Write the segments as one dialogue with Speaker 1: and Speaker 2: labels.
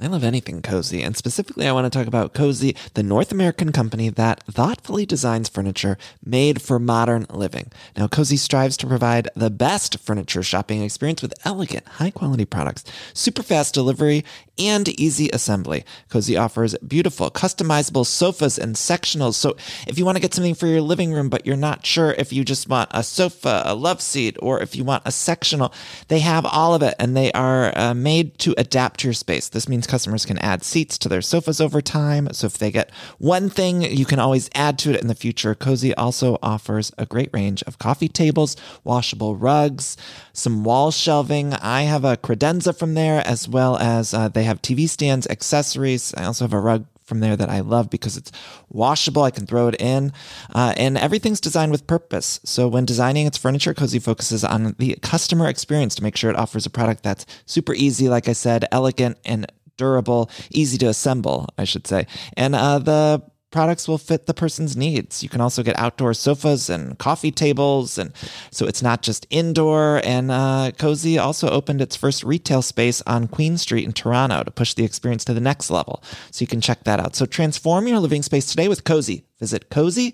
Speaker 1: I love anything cozy, and specifically, I want to talk about Cozy, the North American company that thoughtfully designs furniture made for modern living. Now, Cozy strives to provide the best furniture shopping experience with elegant, high quality products, super fast delivery, and easy assembly. Cozy offers beautiful, customizable sofas and sectionals. So, if you want to get something for your living room, but you're not sure if you just want a sofa, a love seat, or if you want a sectional, they have all of it and they are uh, made to adapt to your space. This means customers can add seats to their sofas over time. So if they get one thing, you can always add to it in the future. Cozy also offers a great range of coffee tables, washable rugs, some wall shelving. I have a credenza from there, as well as uh, they have TV stands, accessories. I also have a rug from there that I love because it's washable. I can throw it in, uh, and everything's designed with purpose. So when designing its furniture, Cozy focuses on the customer experience to make sure it offers a product that's super easy, like I said, elegant and durable, easy to assemble, I should say, and uh, the products will fit the person's needs. You can also get outdoor sofas and coffee tables and so it's not just indoor and uh, Cozy also opened its first retail space on Queen Street in Toronto to push the experience to the next level. So you can check that out. So transform your living space today with Cozy. Visit Cozy,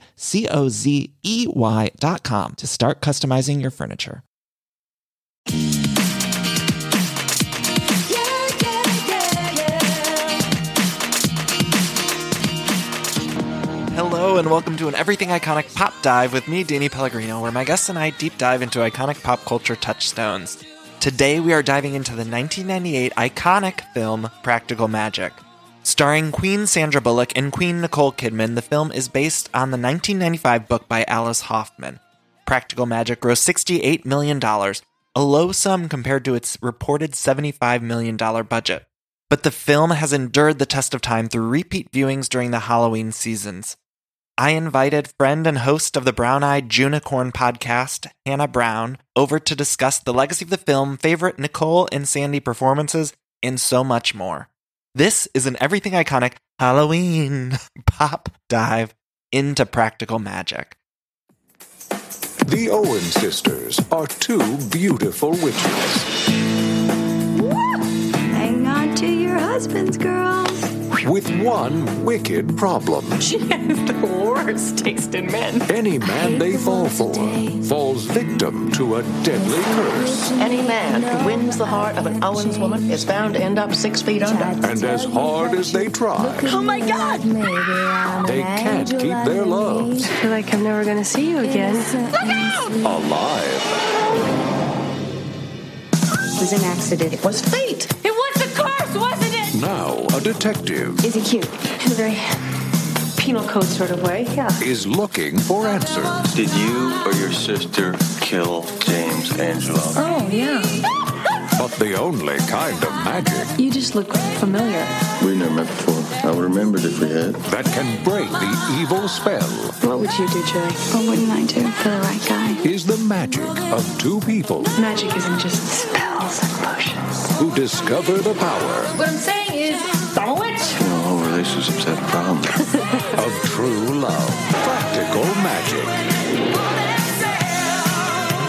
Speaker 1: C-O-Z-E-Y E dot com to start customizing your furniture. Hello, and welcome to an Everything Iconic Pop Dive with me, Danny Pellegrino, where my guests and I deep dive into iconic pop culture touchstones. Today, we are diving into the 1998 iconic film Practical Magic. Starring Queen Sandra Bullock and Queen Nicole Kidman, the film is based on the 1995 book by Alice Hoffman. Practical Magic grossed $68 million, a low sum compared to its reported $75 million budget. But the film has endured the test of time through repeat viewings during the Halloween seasons. I invited friend and host of the Brown Eyed Unicorn podcast, Hannah Brown, over to discuss the legacy of the film, favorite Nicole and Sandy performances, and so much more. This is an everything iconic Halloween pop dive into practical magic.
Speaker 2: The Owen sisters are two beautiful witches
Speaker 3: Hang on to your husbands, girl.
Speaker 2: with one wicked problem.
Speaker 4: She has the worst taste in men.
Speaker 2: Any man they fall for falls victim to a deadly curse.
Speaker 4: Any man who wins the heart of an Owens woman is bound to end up six feet under.
Speaker 2: And as hard as they try,
Speaker 4: Oh my God!
Speaker 2: they can't keep their loves
Speaker 3: I feel like I'm never gonna see you again.
Speaker 2: alive.
Speaker 5: It was an accident.
Speaker 4: It was fate.
Speaker 6: It was the curse, wasn't it?
Speaker 2: Now, a detective
Speaker 5: Is he cute? In a very penal code sort of way, yeah.
Speaker 2: is looking for answers.
Speaker 7: Did you or your sister kill James Angelo?
Speaker 3: Oh, yeah.
Speaker 2: But the only kind of magic
Speaker 3: You just look familiar.
Speaker 7: We never met before. I would remembered if we had.
Speaker 2: that can break the evil spell
Speaker 3: What would you do, Joey? What wouldn't I do for the right guy?
Speaker 2: is the magic of two people
Speaker 3: Magic isn't just spells and potions.
Speaker 2: who discover the power
Speaker 6: What I'm saying is, I'm a witch.
Speaker 7: You know, all relationships have problems.
Speaker 2: of true love. Practical magic.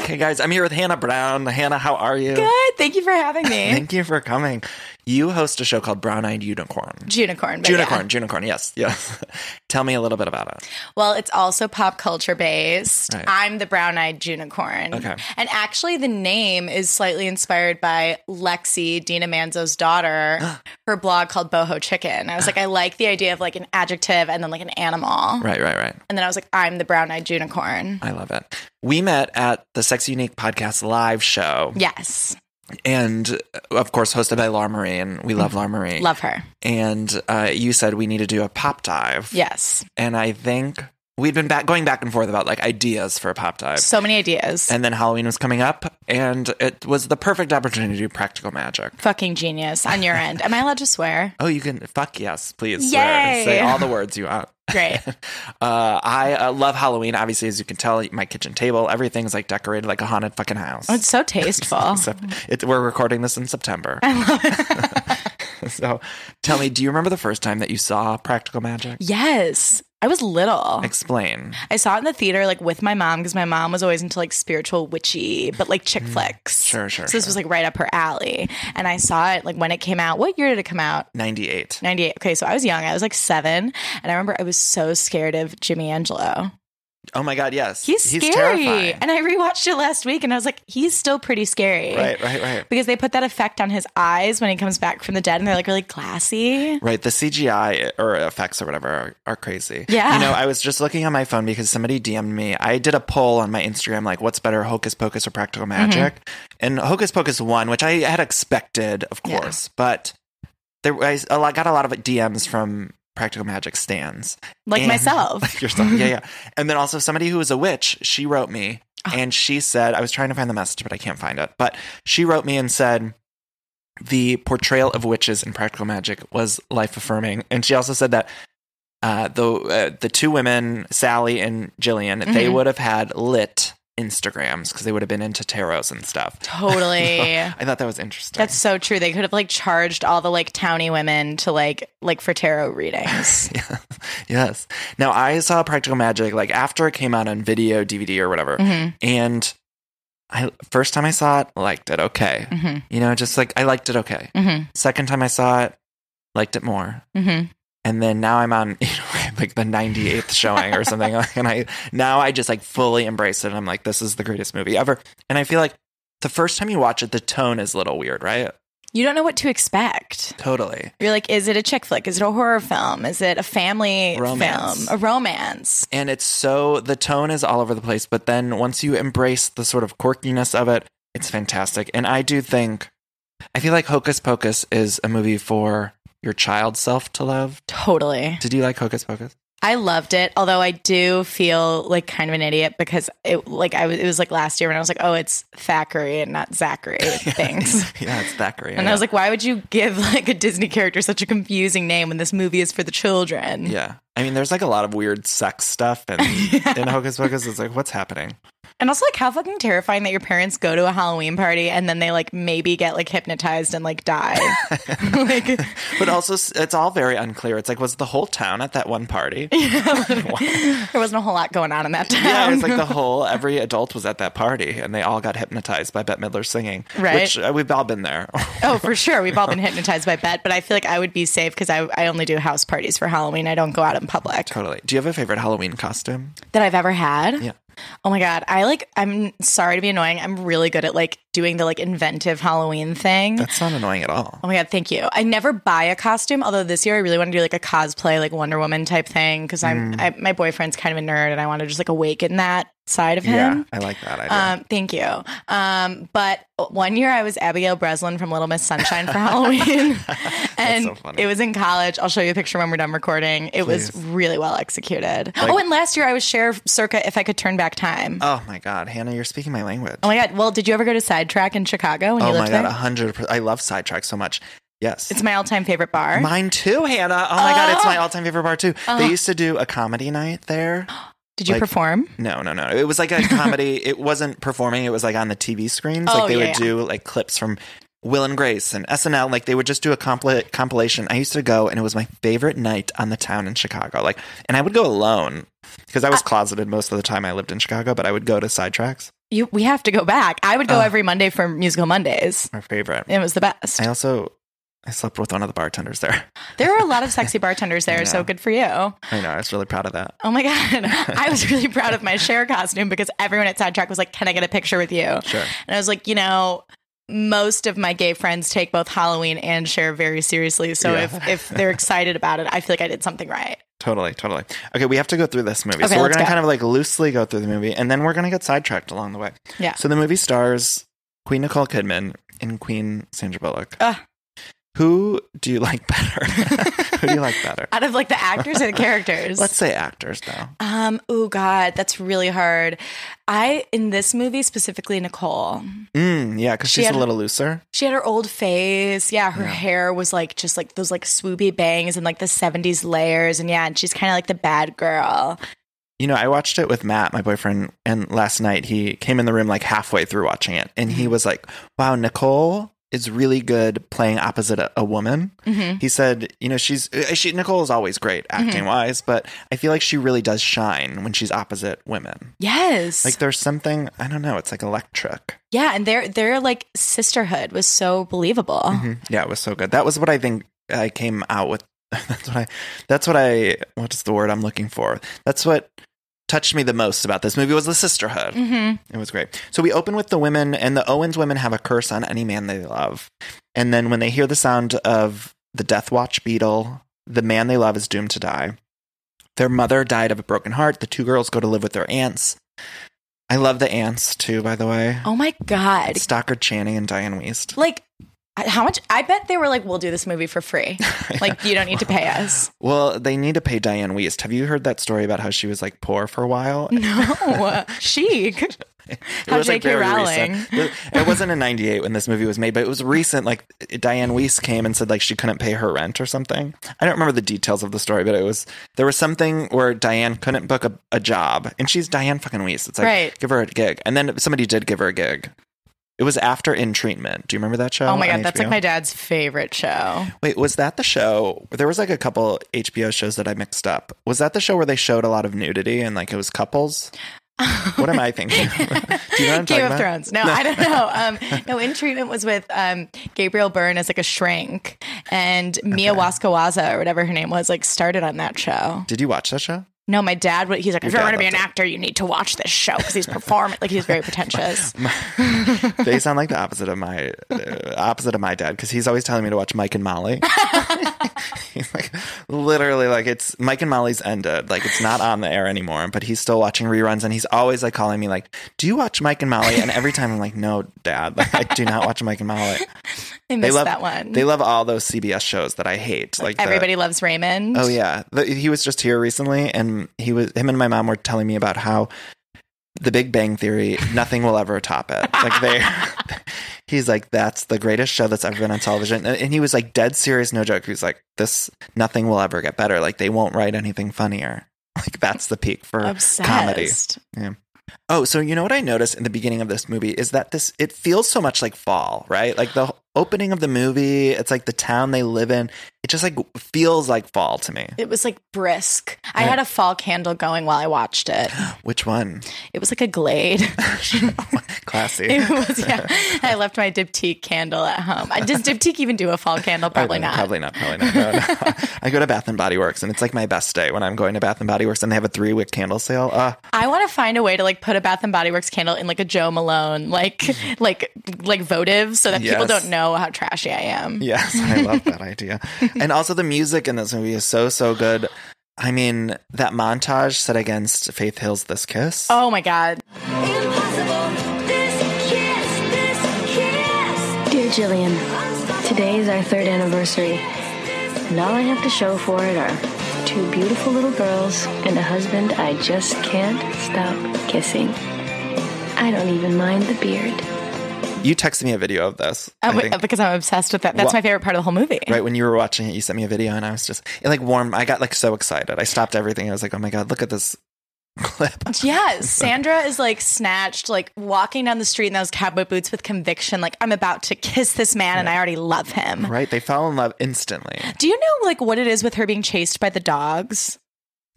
Speaker 1: Okay, guys, I'm here with Hannah Brown. Hannah, how are you?
Speaker 8: Good. Thank you for having me.
Speaker 1: Thank you for coming. You host a show called Brown Eyed Unicorn.
Speaker 8: Unicorn. but
Speaker 1: Unicorn,
Speaker 8: yeah.
Speaker 1: unicorn, yes, yes. Tell me a little bit about it.
Speaker 8: Well, it's also pop culture based.
Speaker 1: Right.
Speaker 8: I'm the brown eyed unicorn.
Speaker 1: Okay.
Speaker 8: And actually, the name is slightly inspired by Lexi, Dina Manzo's daughter, her blog called Boho Chicken. I was like, I like the idea of like an adjective and then like an animal.
Speaker 1: Right, right, right.
Speaker 8: And then I was like, I'm the brown eyed unicorn.
Speaker 1: I love it. We met at the Sex Unique Podcast live show,
Speaker 8: Yes.
Speaker 1: and uh, of course, hosted by Laura Marie, and we love Laura Marie.
Speaker 8: Mm-hmm. Love her.
Speaker 1: And uh, you said we need to do a pop dive.
Speaker 8: Yes.
Speaker 1: And I think We'd been back going back and forth about like ideas for a pop dive.
Speaker 7: So many ideas.
Speaker 1: and then Halloween was coming up, and it was the perfect opportunity to do practical magic.
Speaker 7: Fucking genius on your end. Am I allowed to swear?
Speaker 1: Oh, you can fuck yes, please.
Speaker 7: Yay.
Speaker 1: Swear. Say all the words you want.
Speaker 7: Great.
Speaker 1: Uh, I uh, love Halloween. Obviously, as you can tell, my kitchen table, everything's like decorated like a haunted fucking house.
Speaker 7: It's so tasteful.
Speaker 1: Except it, we're recording this in September. I love it. so, tell me, do you remember the first time that you saw Practical Magic?
Speaker 7: Yes. I was little.
Speaker 1: Explain.
Speaker 7: I saw it in the theater like with my mom because my mom was always into like spiritual witchy, but like chick flicks.
Speaker 1: Mm. Sure, sure,
Speaker 7: So this
Speaker 1: sure.
Speaker 7: was like right up her alley. And I saw it like when it came out. What year did it come out?
Speaker 1: 98.
Speaker 7: 98. Okay, so I was young. I was like seven. And I remember I was so scared of Jimmy Angelo.
Speaker 1: Oh my God, yes.
Speaker 7: He's, scary.
Speaker 1: terrifying.
Speaker 7: And I rewatched it last week and I was like, he's still pretty scary.
Speaker 1: Right, right, right.
Speaker 7: Because they put that effect on his eyes when he comes back from the dead and they're like really glassy.
Speaker 1: Right, the CGI or effects or whatever are, are crazy.
Speaker 7: Yeah.
Speaker 1: you know, I was just looking on my phone because somebody DM'd me. I did a poll on my Instagram, like, what's better, Hocus Pocus or Practical
Speaker 7: Mm-hmm.
Speaker 1: Magic? And Hocus Pocus won, which I had expected, of
Speaker 7: Yeah.
Speaker 1: course, but there I s- a lot- got a lot of DMs from Practical Magic stands,
Speaker 7: Like
Speaker 1: And-
Speaker 7: myself.
Speaker 1: like yourself, yeah, yeah. And then also somebody who was a witch, she wrote me
Speaker 7: Oh.
Speaker 1: and she said, I was trying to find the message, but I can't find it. But she wrote me and said. The portrayal of witches in Practical Magic was life affirming, and she also said that uh, the uh, the two women, Sally and Jillian,
Speaker 7: Mm-hmm.
Speaker 1: they would have had lit Instagrams because they would have been into tarots and stuff.
Speaker 7: Totally.
Speaker 1: I thought that was interesting.
Speaker 7: That's so true. They could have like charged all the like towny women to like like for tarot readings.
Speaker 1: Yeah. yes. Now I saw Practical Magic like after it came out on video, DVD, or whatever,
Speaker 7: Mm-hmm.
Speaker 1: and I first time I saw it, liked it okay.
Speaker 7: Mm-hmm.
Speaker 1: You know, just like I liked it okay. Second time I saw it, liked it more.
Speaker 7: Mhm.
Speaker 1: And then now I'm on you know, like the 98th showing or something, and I now I just like fully embrace it. And I'm like, this is the greatest movie ever. And I feel like the first time you watch it, the tone is a little weird, right?
Speaker 7: You don't know what to expect.
Speaker 1: Totally.
Speaker 7: You're like, is it a chick flick? Is it a horror film? Is it a family
Speaker 1: Romance.
Speaker 7: film? A romance?
Speaker 1: and it's so the tone is all over the place but then once you embrace the sort of quirkiness of it it's fantastic and i do think i feel like hocus pocus is a movie for your child self to love
Speaker 7: Totally.
Speaker 1: did you like hocus pocus
Speaker 7: I loved it, although I do feel like kind of an idiot because it like I was it was like last year when I was like, oh, it's Thackeray and not Zachary. Thanks.
Speaker 1: yeah it's thackeray
Speaker 7: And I was like, why would you give like a Disney character such a confusing name when this movie is for the children?
Speaker 1: yeah i mean there's like a lot of weird sex stuff and in hocus pocus it's like what's happening
Speaker 7: And also, like, how fucking terrifying that your parents go to a Halloween party and then they, like, maybe get, like, hypnotized and, like, die. like,
Speaker 1: but also s- it's all very unclear it's like was the whole town at that one party
Speaker 7: there wasn't a whole lot going on in that town.
Speaker 1: Yeah, it's
Speaker 7: Um,
Speaker 1: like the whole every adult was at that party, and they all got hypnotized by Bette Midler singing.
Speaker 7: Right.
Speaker 1: which uh, we've all been there.
Speaker 7: oh, for sure. We've all been hypnotized by Bet, but I feel like I would be safe because I, I only do house parties for Halloween. I don't go out in public
Speaker 1: totally. Do you have a favorite Halloween costume?
Speaker 7: that I've ever had.
Speaker 1: Yeah.
Speaker 7: Oh my God. I, like, I'm sorry to be annoying. I'm really good at, like, doing the, like, inventive Halloween thing.
Speaker 1: That's not annoying at all.
Speaker 7: Mm. Oh my god, thank you. I never buy a costume, although this year I really want to do like a cosplay, like Wonder Woman type thing, because I'm I, my boyfriend's kind of a nerd, and I want to just like awaken that side of
Speaker 1: Yeah,
Speaker 7: him.
Speaker 1: I like that idea.
Speaker 7: Um, thank you. Um, but one year I was Abigail Breslin from Little Miss Sunshine for Halloween, and
Speaker 1: so funny.
Speaker 7: it was in college. I'll show you a picture when we're done recording. It was really well executed. oh, and last year I was Sheriff Circa if I could turn back time.
Speaker 1: oh my god, Hannah, you're speaking my language.
Speaker 7: oh my god. Well, did you ever go to Sidetrack in Chicago when you
Speaker 1: Oh my
Speaker 7: lived
Speaker 1: god, a
Speaker 7: there?
Speaker 1: hundred. per- I love sidetrack so much. Yes.
Speaker 7: It's my all-time favorite bar. Uh-huh.
Speaker 1: Mine too, Hannah. Oh my god, it's my all-time favorite bar too. They used to do a comedy night there.
Speaker 7: did you
Speaker 1: like-
Speaker 7: perform?
Speaker 1: No, no, no. It was like a comedy. it wasn't performing. It was like on the TV screens.
Speaker 7: Oh,
Speaker 1: like they
Speaker 7: yeah,
Speaker 1: would
Speaker 7: yeah.
Speaker 1: do like clips from Will and Grace and SNL. Like they would just do a compli compilation. I used to go, and it was my favorite night on the town in Chicago. Like, and I would go alone because I was closeted most of the time I lived in Chicago. But I would go to sidetracks.
Speaker 7: You, we have to go back. I would go every Monday for musical Mondays.
Speaker 1: My favorite.
Speaker 7: It was the best.
Speaker 1: I also I slept with one of the bartenders there.
Speaker 7: There were a lot of sexy bartenders there, so
Speaker 1: Yeah.
Speaker 7: good for you. Oh
Speaker 1: I know. I was really proud of that.
Speaker 7: my god, I was really proud of my share costume because everyone at Sidetrack was like, "Can I get a picture with you?" Sure. And I was like, you know. Most of my gay friends take both Halloween and share very seriously. So
Speaker 1: Yeah.
Speaker 7: if, if they're excited about it, I feel like I did something right.
Speaker 1: Totally, totally. Okay, we have to go through this movie.
Speaker 7: Okay,
Speaker 1: so we're
Speaker 7: let's
Speaker 1: going to
Speaker 7: go.
Speaker 1: kind of like loosely go through the movie and then we're going to get sidetracked along the way.
Speaker 7: Yeah.
Speaker 1: So the movie stars Queen Nicole Kidman and Queen Sandra Bullock.
Speaker 7: Ah.
Speaker 1: Who do you like better? Who do you like better?
Speaker 7: Out of like the actors and the characters.
Speaker 1: Let's say actors now.
Speaker 7: Um, oh God, that's really hard. I in this movie specifically, Nicole.
Speaker 1: Mm, yeah, because she's
Speaker 7: had-
Speaker 1: a little looser.
Speaker 7: She had her old face. Yeah, her hair was like just like those like swoopy bangs and like the 70s layers. And yeah, and she's kind of like the bad girl.
Speaker 1: You know, I watched it with Matt, my boyfriend, and last night he came in the room like halfway through watching it, and
Speaker 7: Mm-hmm.
Speaker 1: he was like, "Wow, Nicole is really good playing opposite a, a woman."
Speaker 7: Mm-hmm.
Speaker 1: He said, "You know, she's uh, she Nicole is always great acting wise, but I feel like she really does shine when she's opposite women.
Speaker 7: Yes.
Speaker 1: Like there's something I don't know, it's like electric.
Speaker 7: yeah, and their their like sisterhood was so believable.
Speaker 1: Mm-hmm. Yeah, it was so good. That was what I think I came out with. That's what I. That's what I. What is the word I'm looking for? That's what touched me the most about this movie was the sisterhood. It was great. So we open with the women, and the Owens women have a curse on any man they love, and then when they hear the sound of the Death Watch beetle, the man they love is doomed to die. Their mother died of a broken heart. The two girls go to live with their aunts. I love the aunts too, by the way.
Speaker 7: Oh my God.
Speaker 1: Stockard Channing and Diane Weist.
Speaker 7: Like I- how much I bet they were like, we'll do this movie for free. Like you don't need to pay us.
Speaker 1: Well, they need to pay Diane Weist. Have you heard that story about how she was like poor for a while?
Speaker 7: No. Oh, uh, Chic. How
Speaker 1: was, like,
Speaker 7: J.K.
Speaker 1: very
Speaker 7: Rowling.
Speaker 1: recent. It it wasn't in 98 when this movie was made, but it was recent. Like Diane Weiss came and said like she couldn't pay her rent or something. I don't remember the details of the story, but it was there was something where Diane couldn't book a, a job and she's Diane fucking Weiss. It's like
Speaker 7: Right.
Speaker 1: give her a gig. And then somebody did give her a gig. It was after In Treatment. Do you remember that show?
Speaker 7: Oh my
Speaker 1: on
Speaker 7: God, that's like
Speaker 1: HBO?
Speaker 7: my dad's favorite show.
Speaker 1: Wait, was that the show? There was like a couple HBO shows that I mixed up. Was that the show where they showed a lot of nudity and like it was couples? what am I thinking? Do you know what I'm talking
Speaker 7: Game of
Speaker 1: about?
Speaker 7: Thrones. No, I don't know. Um, no, in treatment was with um, Gabriel Byrne as like a shrink, and Mia Waskawaza or whatever her name was, like started on that show.
Speaker 1: Did you watch that show?
Speaker 7: No, my dad. would- He's like, if
Speaker 1: Your
Speaker 7: you're
Speaker 1: dad
Speaker 7: going to be an
Speaker 1: loved it.
Speaker 7: actor, you need to watch this show because he's performing. like he's very pretentious.
Speaker 1: They sound like the opposite of my uh, opposite of my dad because he's always telling me to watch Mike and Molly. he's like literally like it's Mike and Molly's ended, like it's not on the air anymore. But he's still watching reruns, and he's always like calling me like, "Do you watch Mike and Molly?" And every time I'm like, "No, Dad, like, I do not watch Mike and Molly."
Speaker 7: I
Speaker 1: They
Speaker 7: missed
Speaker 1: love
Speaker 7: that one.
Speaker 1: They love all those CBS shows that I hate. Like the-
Speaker 7: Everybody loves Raymond.
Speaker 1: Oh yeah, The- he was just here recently, and he was him and my mom were telling me about how The Big Bang Theory, nothing will ever top it. Like they, he's like that's the greatest show that's ever been on television, and, and he was like dead serious, no joke. He was like this, nothing will ever get better. Like they won't write anything funnier. Like that's the peak for
Speaker 7: Obsessed.
Speaker 1: comedy. Yeah. Oh, so you know what I noticed in the beginning of this movie is that this it feels so much like fall, right? Like the opening of the movie, it's like the town they live in. It just like feels like fall to me.
Speaker 7: It was like brisk. I had a fall candle going while I watched it.
Speaker 1: Which one?
Speaker 7: It was like a glade.
Speaker 1: Classy.
Speaker 7: It was, yeah. I left my diptyque candle at home. Uh, Does diptyque even do a fall candle? Probably not.
Speaker 1: Probably not. Probably not. No, no. I go to Bath and Body Works, and it's like my best day when I'm going to Bath and Body Works, and they have a three wick candle sale. Uh,
Speaker 7: I want to find a way to like put a Bath and Body Works candle in like a Joe Malone like like like votive so that people
Speaker 1: Yes.
Speaker 7: don't know how trashy I am.
Speaker 1: Yes, I love that idea. And also the music in this movie is so so good. I mean, that montage set against Faith Hill's "This Kiss."
Speaker 7: Oh my god.
Speaker 5: Dear Jillian, today is our third anniversary, and all I have to show for it are two beautiful little girls and a husband I just can't stop kissing. I don't even mind the beard.
Speaker 1: You texted me a video of this.
Speaker 7: Uh,
Speaker 1: I
Speaker 7: wait,
Speaker 1: think.
Speaker 7: because I'm obsessed with that. That's
Speaker 1: Wha-
Speaker 7: my favorite part of the whole movie.
Speaker 1: Right when you were watching it, you sent me a video, and I was just it like warm. I got like so excited. I stopped everything. I was like, "Oh my god, look at this clip!"
Speaker 7: Yeah, Sandra is like snatched, like walking down the street in those cowboy boots with conviction, like I'm about to kiss this man and I already love him.
Speaker 1: Right? They fell in love instantly.
Speaker 7: Do you know like what it is with her being chased by the dogs?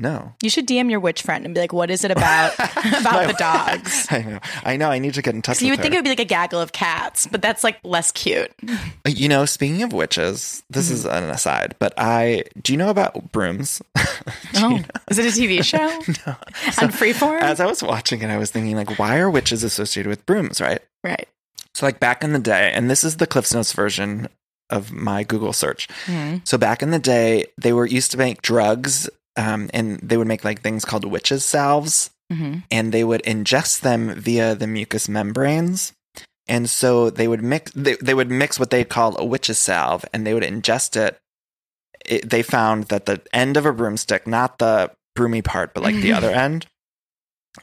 Speaker 1: No,
Speaker 7: You should DM your witch friend and be like, "What is it about about the dogs?"
Speaker 1: I know. I know. I need to get in touch.
Speaker 7: So you would
Speaker 1: with
Speaker 7: think it
Speaker 1: her. Uh,
Speaker 7: would be like a gaggle of cats, but that's like less cute. Mm-hmm.
Speaker 1: You know, speaking of witches, this is an aside, but I do you know about brooms?
Speaker 7: Oh, is it a TV show on Freeform?
Speaker 1: As I was watching it, I was thinking like, why are witches associated with brooms? Right?
Speaker 7: right.
Speaker 1: So like back in the day, and this is the Cliff's Notes version of my Google search. So back in the day, they were used to make drugs, um, and they would make like things called witches salves, and they would ingest them via the mucous membranes. And so they would mix they, they would mix what they call a witch's salve and they would ingest it. it. They found that the end of a broomstick, not the broomy part, but like the other end,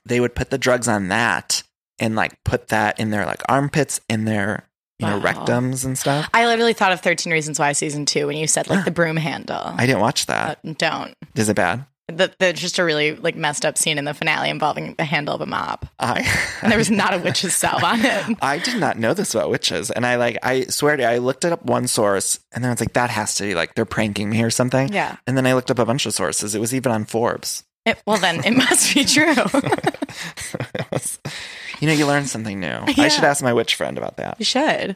Speaker 1: they would put the drugs on that and like put that in their like armpits and their you know
Speaker 8: Wow.
Speaker 1: rectums and stuff.
Speaker 8: I literally thought of 13 Reasons Why season two when you said like
Speaker 1: Yeah.
Speaker 8: the broom handle.
Speaker 1: I didn't watch
Speaker 8: Uh,
Speaker 1: that.
Speaker 8: don't.
Speaker 1: Is it bad?
Speaker 8: The, the, just a really like messed up scene in the finale involving the handle of a mop.
Speaker 1: I
Speaker 8: And there was not a witch's salve on it.
Speaker 1: I did not know this about witches, and I like I swear to you, I looked it up one source, and then I was like, that has to be like they're pranking me or something.
Speaker 8: Yeah.
Speaker 1: And then I looked up a bunch of sources. It was even on Forbes.
Speaker 8: It- well, then it must be true.
Speaker 1: you know, you learn something new. I
Speaker 8: Yeah.
Speaker 1: should ask my witch friend about that.
Speaker 8: you should.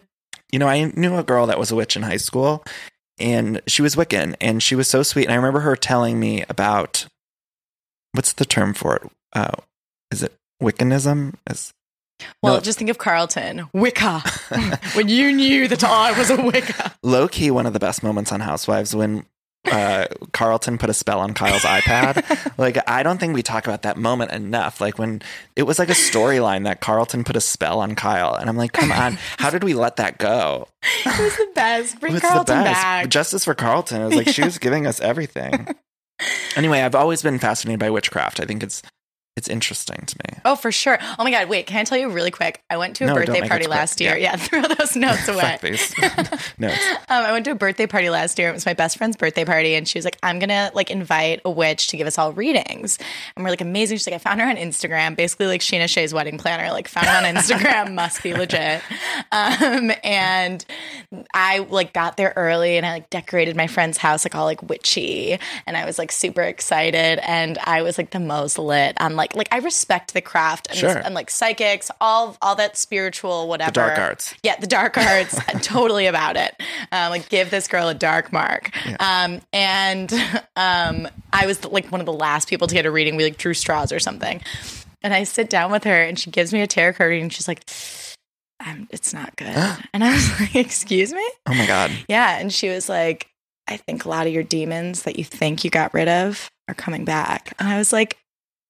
Speaker 1: You know, I knew a girl that was a witch in high school, and she was Wiccan, and she was so sweet. And I remember her telling me about what's the term for it? Uh, is it Wiccanism? Is
Speaker 8: Well,
Speaker 1: No.
Speaker 8: just think of Carlton. Wicca. when you knew that I was a Wicca.
Speaker 1: low key one of the best moments on Housewives when uh, Carlton put a spell on Kyle's iPad. Like, I don't think we talk about that moment enough. Like, when it was like a storyline that Carlton put a spell on Kyle, and I'm like, come on, how did we let that go?
Speaker 8: It was the best. Bring
Speaker 1: It's
Speaker 8: Carlton back.
Speaker 1: Justice for Carlton. It was like she was giving us everything. anyway, I've always been fascinated by witchcraft. I think it's it's interesting to me.
Speaker 8: Oh, for sure. Oh my God. Wait, can I tell you really quick? I went to a
Speaker 1: No, don't
Speaker 8: birthday
Speaker 1: make it
Speaker 8: party
Speaker 1: quick.
Speaker 8: last year.
Speaker 1: Yeah.
Speaker 8: Yeah. throw those notes away.
Speaker 1: Fuck these. no.
Speaker 8: Um, I went to a birthday party last year. It was my best friend's birthday party, and she was like, "I'm gonna like invite a witch to give us all readings." And we're like, "Amazing!" She's like, "I found her on Instagram, basically like Sheena Shea's wedding planner. Like, found her on Instagram, must be legit." Um, and I like got there early, and I like decorated my friend's house like all like witchy, and I was like super excited, and I was like the most lit. I'm like, like I respect the craft and,
Speaker 1: Sure.
Speaker 8: and like psychics, all all that spiritual whatever
Speaker 1: dark arts.
Speaker 8: yeah, the dark arts, totally about it. Um, like, give this girl a dark mark. Um, and um, I was like one of the last people to get a reading. We like drew straws or something. And I sit down with her, and she gives me a tarot card, reading, and she's like, um, "It's not good." and I was like, "Excuse me?"
Speaker 1: Oh my god.
Speaker 8: Yeah. And she was like, "I think a lot of your demons that you think you got rid of are coming back." And I was like.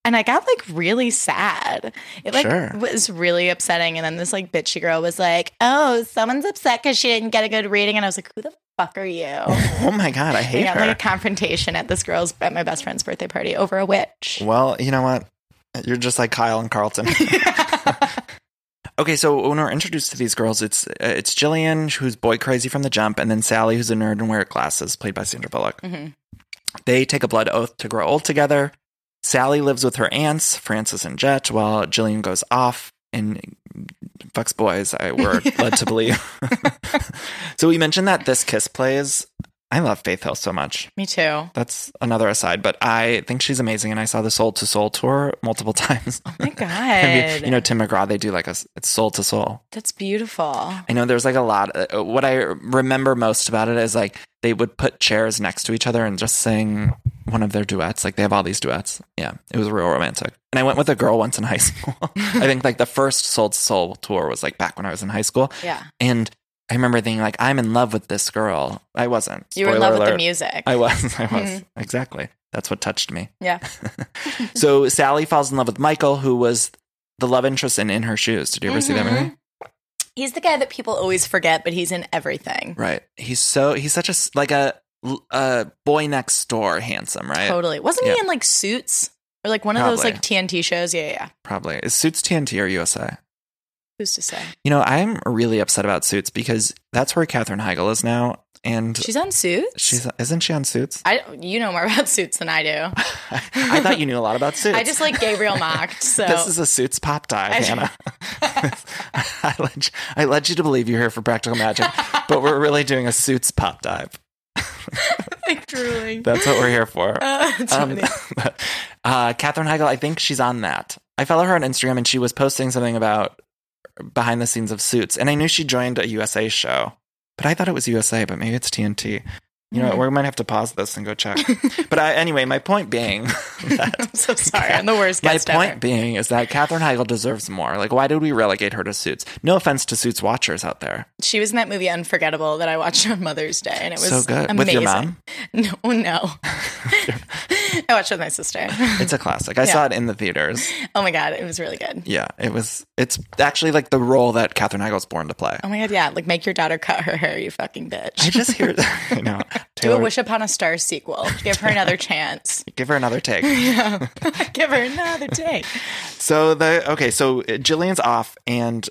Speaker 8: And I got like really sad. It like
Speaker 1: Sure.
Speaker 8: was really upsetting. And then this like bitchy girl was like, "Oh, someone's upset because she didn't get a good reading." And I was like, "Who the fuck are you?" I
Speaker 1: Oh my god. I hate
Speaker 8: got
Speaker 1: her.
Speaker 8: like a confrontation at this girl's at my best friend's birthday party over a witch.
Speaker 1: Well, you know what? You're just like Kyle and Carlton. okay, so when we're introduced to these girls, it's uh, it's Jillian, who's boy crazy from the jump, and then Sally, who's a nerd and wears glasses, played by Sandra Bullock.
Speaker 8: Mhm.
Speaker 1: They take a blood oath to grow old together. Sally lives with her aunts, Frances and Jet, while Jillian goes off and fucks boys. I were led to believe. so we mentioned that this kiss plays. I love Faith Hill so much
Speaker 8: Me too.
Speaker 1: that's another aside, but I think she's amazing, and I saw the Soul to Soul tour multiple times. Oh
Speaker 8: my God.
Speaker 1: you know Tim McGraw, they do like a s- it's Soul to Soul.
Speaker 8: That's beautiful.
Speaker 1: I know there's like a lot. uh, what I remember most about it is like they would put chairs next to each other and just sing one of their duets. Like they have all these duets. Yeah, it was real romantic. And I went with a girl once in high school. I think like the first Soul to Soul tour was like back when I was in high school,
Speaker 8: Yeah.
Speaker 1: and I remember thinking like I'm in love with this girl. I wasn't.
Speaker 8: You were in love
Speaker 1: Spoiler
Speaker 8: with the
Speaker 1: alert.
Speaker 8: music.
Speaker 1: I was. I was.
Speaker 8: Mm-hmm.
Speaker 1: Exactly. That's what touched me.
Speaker 8: yeah.
Speaker 1: So Sally falls in love with Michael, who was the love interest in In Her Shoes. Did you ever see that movie?
Speaker 8: Mm-hmm. He's the guy that people always forget, but he's in everything.
Speaker 1: Right. He's so he's such a s- like a a boy next door handsome, right?
Speaker 8: Totally. Wasn't
Speaker 1: Yeah.
Speaker 8: he in like suits or like one of those
Speaker 1: Probably.
Speaker 8: like TNT shows? Yeah, yeah, yeah.
Speaker 1: Probably. Is Suits TNT or USA?
Speaker 8: Who's to say?
Speaker 1: You know, I'm really upset about Suits because that's where Katherine Heigl is now, and she's,
Speaker 8: She's on Suits.
Speaker 1: isn't she on Suits?
Speaker 8: I you know more about Suits than I do.
Speaker 1: I thought you knew a lot about Suits.
Speaker 8: I just like Gabriel mocked. So
Speaker 1: This is a Suits pop dive,
Speaker 8: I-
Speaker 1: Hannah. I led, you, I led you to believe you're here for practical magic, but we're really doing a Suits pop dive.
Speaker 8: like drooling.
Speaker 1: That's what we're here for.
Speaker 8: Uh, it's
Speaker 1: Um,
Speaker 8: funny.
Speaker 1: uh, Catherine Heigl, I think she's on that. I follow her on Instagram, and she was posting something about behind the scenes of Suits, and I knew she joined a USA show, but I thought it was USA, but maybe it's TNT. You
Speaker 8: Hmm.
Speaker 1: know, what, we might have to pause this and go check. but I, anyway, my point being that
Speaker 8: I'm so sorry. I'm the worst
Speaker 1: my
Speaker 8: guest
Speaker 1: point
Speaker 8: ever.
Speaker 1: being is that Katherine Heigl deserves more. Like, why did we relegate her to Suits? No offense to Suits watchers out there.
Speaker 8: She was in that movie Unforgettable that I watched on Mother's Day, and it was
Speaker 1: so good
Speaker 8: amazing.
Speaker 1: with your mom.
Speaker 8: No, no. I watched it with my sister.
Speaker 1: It's a classic. I saw it in the theaters.
Speaker 8: Oh my god, it was really good.
Speaker 1: Yeah, it was. It's actually like the role that Katherine Heigl's born to play.
Speaker 8: Oh my god, yeah. Like make your daughter cut her hair, you fucking bitch.
Speaker 1: I just hear. I know.
Speaker 8: Do a
Speaker 1: Taylor,
Speaker 8: Wish Upon a Star sequel. Give her another chance.
Speaker 1: give her another take.
Speaker 8: Give her another day.
Speaker 1: So the okay, so Jillian's off, and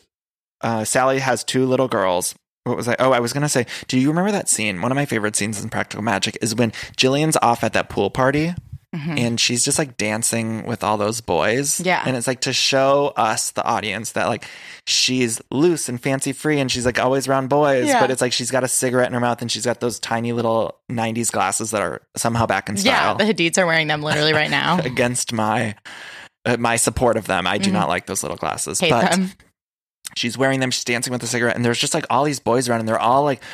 Speaker 1: uh, Sally has two little girls. What was I? Oh, I was gonna say, do you remember that scene? One of my favorite scenes in Practical Magic is when Jillian's off at that pool party. And she's just like dancing with all those boys.
Speaker 8: Mm-hmm. Yeah.
Speaker 1: And it's like to show us, the audience, that like she's loose and fancy free and she's like always around boys.
Speaker 8: Yeah.
Speaker 1: But it's like she's got a cigarette in her mouth and she's got those tiny little 90s glasses that are somehow back in
Speaker 8: Yeah,
Speaker 1: style
Speaker 8: the Hadids are wearing them literally right now.
Speaker 1: against my uh, my support of them. I do not like those little glasses,
Speaker 8: Mm-hmm. Hate
Speaker 1: but
Speaker 8: them.
Speaker 1: she's wearing them. She's dancing with a cigarette, and there's just like all these boys around, and they're all like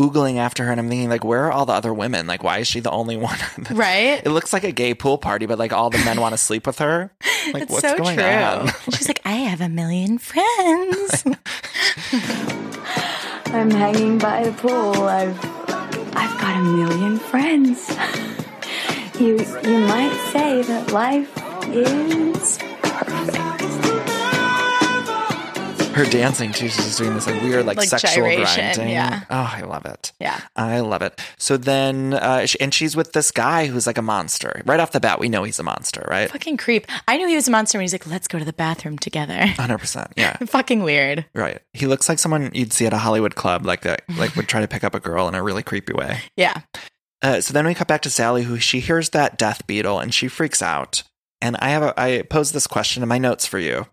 Speaker 1: oogling after her. And I'm thinking, like, where are all the other women? Like, why is she the only one?
Speaker 8: Right?
Speaker 1: It looks like a gay pool party, but like all the men want to sleep with her. Like,
Speaker 8: It's
Speaker 1: what's
Speaker 8: so
Speaker 1: going
Speaker 8: true.
Speaker 1: on?
Speaker 8: She's like, I have a million friends.
Speaker 3: I'm hanging by the pool. I've I've got a million friends. You you might say that life is
Speaker 1: Her dancing too. She's just doing this like weird, like,
Speaker 8: Like
Speaker 1: sexual
Speaker 8: gyration,
Speaker 1: grinding.
Speaker 8: yeah.
Speaker 1: Oh, I love it.
Speaker 8: Yeah.
Speaker 1: I love it. So then, uh, she, and she's with this guy who's like a monster. Right off the bat, we know he's a monster, right?
Speaker 8: Fucking creep. I knew he was a monster when he's like, let's go to the bathroom together.
Speaker 1: Hundred percent. Yeah.
Speaker 8: Fucking weird.
Speaker 1: Right. He looks like someone you'd see at a Hollywood club, like that, like would try to pick up a girl in a really creepy way.
Speaker 8: Yeah.
Speaker 1: Uh, so then we cut back to Sally, who she hears that death beetle and she freaks out. And I have a, I posed this question in my notes for you.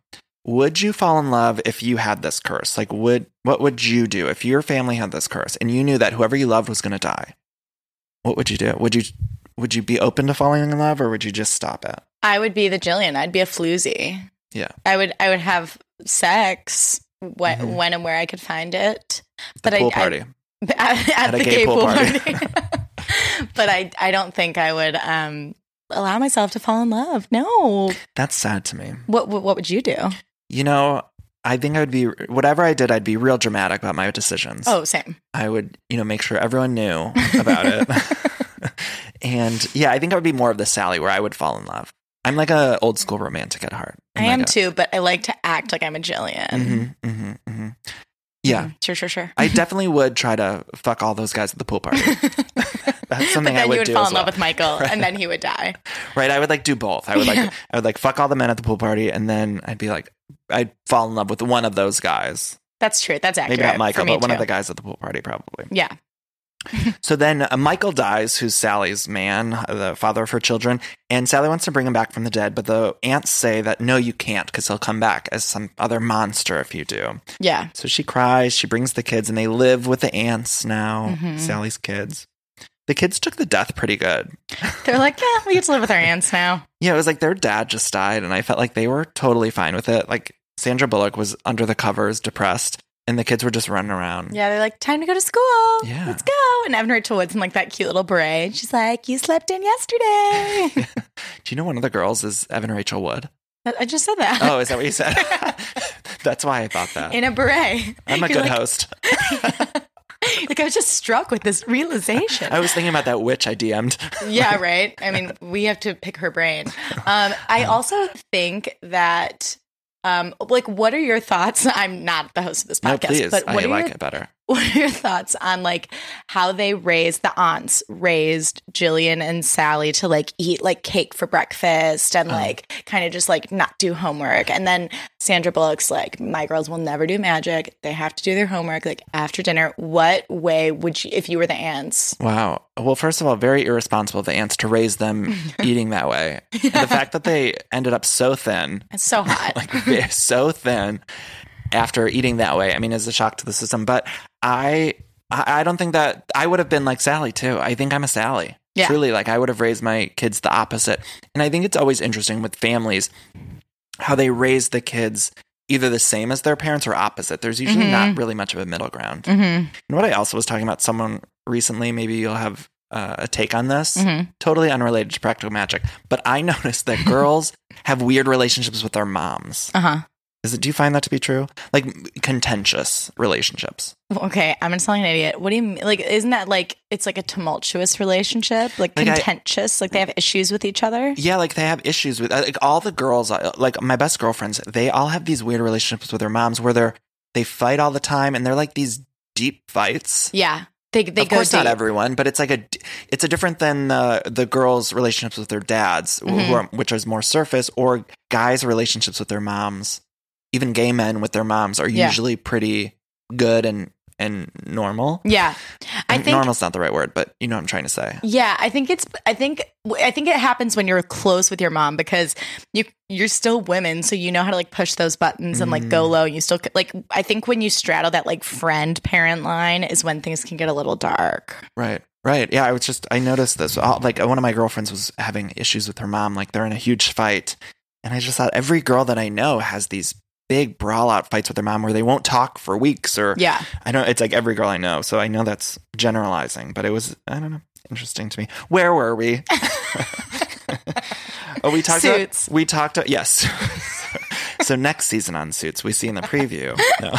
Speaker 1: Would you fall in love if you had this curse? Like, would what would you do if your family had this curse and you knew that whoever you loved was going to die? What would you do? Would you would you be open to falling in love, or would you just stop it?
Speaker 8: I would be the Jillian. I'd be a floozy.
Speaker 1: Yeah,
Speaker 8: I would I would have sex wh- when and where I could find it.
Speaker 1: Mm-hmm. the
Speaker 8: But I-
Speaker 1: pool
Speaker 8: I-
Speaker 1: party.
Speaker 8: at, at
Speaker 1: a
Speaker 8: the
Speaker 1: gay
Speaker 8: gay
Speaker 1: pool
Speaker 8: pool
Speaker 1: party.
Speaker 8: party. but I I don't think I would um allow myself to fall in love. No.
Speaker 1: That's sad to me.
Speaker 8: What what, what would you do?
Speaker 1: You know, I think I would be whatever I did, I'd be real dramatic about my decisions.
Speaker 8: Oh, same.
Speaker 1: I would, you know, make sure everyone knew about it. and yeah, I think I would be more of the Sally where I would fall in love. I'm like a old school romantic at heart.
Speaker 8: I am too, but I like to act like I'm a Jillian.
Speaker 1: hmm hmm
Speaker 8: Mm-hmm.
Speaker 1: hmm Yeah.
Speaker 8: Mm, Sure, sure, sure.
Speaker 1: I definitely would try to fuck all those guys at the pool party. That's
Speaker 8: but
Speaker 1: something
Speaker 8: then
Speaker 1: I would,
Speaker 8: you would
Speaker 1: do
Speaker 8: fall
Speaker 1: as
Speaker 8: in love
Speaker 1: well.
Speaker 8: with Michael, and then he would die.
Speaker 1: Right, I would like do both. I would like
Speaker 8: Yeah.
Speaker 1: I would like fuck all the men at the pool party, and then I'd be like I'd fall in love with one of those guys.
Speaker 8: That's true. That's accurate.
Speaker 1: Maybe not Michael,
Speaker 8: for me
Speaker 1: but one of
Speaker 8: too.
Speaker 1: the guys at the pool party probably.
Speaker 8: Yeah,
Speaker 1: So then uh, Michael dies, who's Sally's man, uh, the father of her children, and Sally wants to bring him back from the dead, but the aunts say that no, you can't, because he'll come back as some other monster if you do.
Speaker 8: yeah.
Speaker 1: So she cries, she brings the kids, and they live with the aunts now,
Speaker 8: Mm-hmm.
Speaker 1: Sally's kids. The kids took the death pretty good.
Speaker 8: They're like, yeah, we get to live with our aunts now.
Speaker 1: Yeah, it was like their dad just died, and I felt like they were totally fine with it. Like Sandra Bullock was under the covers, depressed, and the kids were just running around.
Speaker 8: Yeah, they're like, time to go to school.
Speaker 1: Yeah.
Speaker 8: let's go. And Evan Rachel Wood's in like that cute little beret. and She's like, you slept in yesterday.
Speaker 1: Do you know one of the girls is Evan Rachel Wood?
Speaker 8: I I just said that.
Speaker 1: Oh, is that what you said? That's why I thought that.
Speaker 8: in a beret.
Speaker 1: I'm a
Speaker 8: You're
Speaker 1: good
Speaker 8: like,
Speaker 1: host.
Speaker 8: Like I was just struck with this realization.
Speaker 1: I was thinking about that witch I DM'd.
Speaker 8: yeah, right. I mean, we have to pick her brain. Um, I also think that, um, like, what are your thoughts? I'm not the host of this
Speaker 1: No,
Speaker 8: podcast,
Speaker 1: please.
Speaker 8: but
Speaker 1: I
Speaker 8: what are,
Speaker 1: like
Speaker 8: your,
Speaker 1: it better.
Speaker 8: what are your thoughts on like how they raised the aunts raised Jillian and Sally to like eat like cake for breakfast and
Speaker 1: Uh-huh.
Speaker 8: like kind of just like not do homework, and then Sandra Bullock's like, my girls will never do magic. They have to do their homework like after dinner. What way would you, if you were the aunts?
Speaker 1: Wow. Well, first of all, very irresponsible of the ants to raise them eating that way. The fact that they ended up so thin,
Speaker 8: It's so hot.
Speaker 1: like they're so thin after eating that way, I mean, is a shock to the system. But I, I I don't think that I would have been like Sally too. I think I'm a Sally.
Speaker 8: Yeah.
Speaker 1: Truly, like I would have raised my kids the opposite. And I think it's always interesting with families how they raise the kids either the same as their parents or opposite. There's usually not really much of a middle ground. And what I also was talking about someone recently, maybe you'll have uh, a take on this, totally unrelated to practical magic, but I noticed that girls have weird relationships with their moms.
Speaker 8: Uh huh.
Speaker 1: Is it? Do you find that to be true? Like contentious relationships.
Speaker 8: Okay, I'm gonna sound like an idiot. What do you mean? Like, isn't that like it's like a tumultuous relationship, like,
Speaker 1: Like, I-
Speaker 8: contentious, like they have issues with each other?
Speaker 1: Yeah, like they have issues with uh, like all the girls. uh, Like my best girlfriends, they all have these weird relationships with their moms where they're they fight all the time and they're like these deep fights.
Speaker 8: Yeah, they they
Speaker 1: of
Speaker 8: go
Speaker 1: course not
Speaker 8: deep.
Speaker 1: everyone, but it's like a it's a different than the the girls' relationships with their dads, wh-
Speaker 8: Mm-hmm.
Speaker 1: who are, which is more surface, or guys' relationships with their moms. Even gay men with their moms are
Speaker 8: Yeah.
Speaker 1: usually pretty good and and normal.
Speaker 8: Yeah, I
Speaker 1: And
Speaker 8: think
Speaker 1: normal's not the right word, but you know what I'm trying to say.
Speaker 8: Yeah, I think it's I think I think it happens when you're close with your mom because you you're still women, so you know how to like push those buttons and like go low. And you still c- like I think when you straddle that like friend parent line is when things can get a little dark.
Speaker 1: Right. Right. Yeah. I was just, I noticed this. All- Like, one of my girlfriends was having issues with her mom. Like, they're in a huge fight. And I just thought every girl that I know has these big brawl out fights with their mom where they won't talk for weeks or,
Speaker 8: Yeah.
Speaker 1: I know it's like every girl I know. So I know that's generalizing, but it was, I don't know, interesting to me. Where were we? oh, we talked
Speaker 8: Suits.
Speaker 1: about, we talked, yes. so next season on Suits, we see in the preview. No.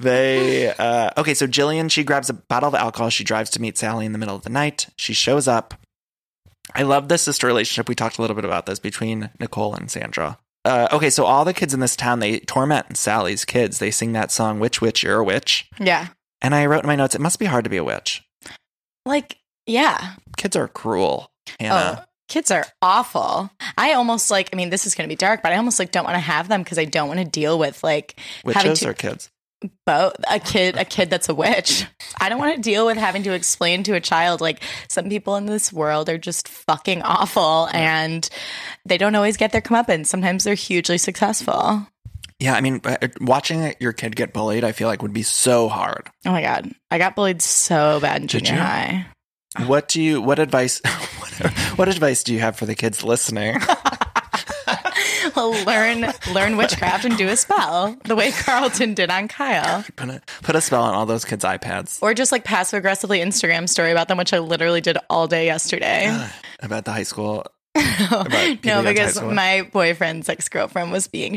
Speaker 1: They uh, okay. So Jillian, she grabs a bottle of alcohol. She drives to meet Sally in the middle of the night. She shows up. I love this sister relationship. We talked a little bit about this between Nicole and Sandra. Uh, okay, so all the kids in this town they torment Sally's kids. They sing that song "Witch, Witch, You're a Witch,"
Speaker 8: Yeah.
Speaker 1: and I wrote in my notes, "It must be hard to be a witch.
Speaker 8: Like yeah.
Speaker 1: Kids are cruel."
Speaker 8: Oh.
Speaker 1: Hannah,
Speaker 8: Kids are awful. I almost like I mean this is going to be dark, but I almost like don't want to have them cuz I don't want to deal with like Oh, having
Speaker 1: witches
Speaker 8: to
Speaker 1: are kids.
Speaker 8: both a kid a kid that's a witch. I don't want to deal with having to explain to a child like some people in this world are just fucking awful and they don't always get their comeuppance. Sometimes they're hugely successful.
Speaker 1: Yeah, I mean, but watching your kid get bullied, I feel like would be so hard.
Speaker 8: Oh my god, I got bullied so bad in
Speaker 1: Did
Speaker 8: junior
Speaker 1: you?
Speaker 8: high.
Speaker 1: What do you? What advice? what, what advice do you have for the kids listening?
Speaker 8: learn learn witchcraft and do a spell the way Carlton did on Kyle,
Speaker 1: Put a, put a spell on all those kids' iPads
Speaker 8: or just like passive aggressively Instagram story about them, which I literally did all day yesterday.
Speaker 1: about the high school.
Speaker 8: no,
Speaker 1: Peter Young's high
Speaker 8: because
Speaker 1: school.
Speaker 8: my boyfriend's ex girlfriend was being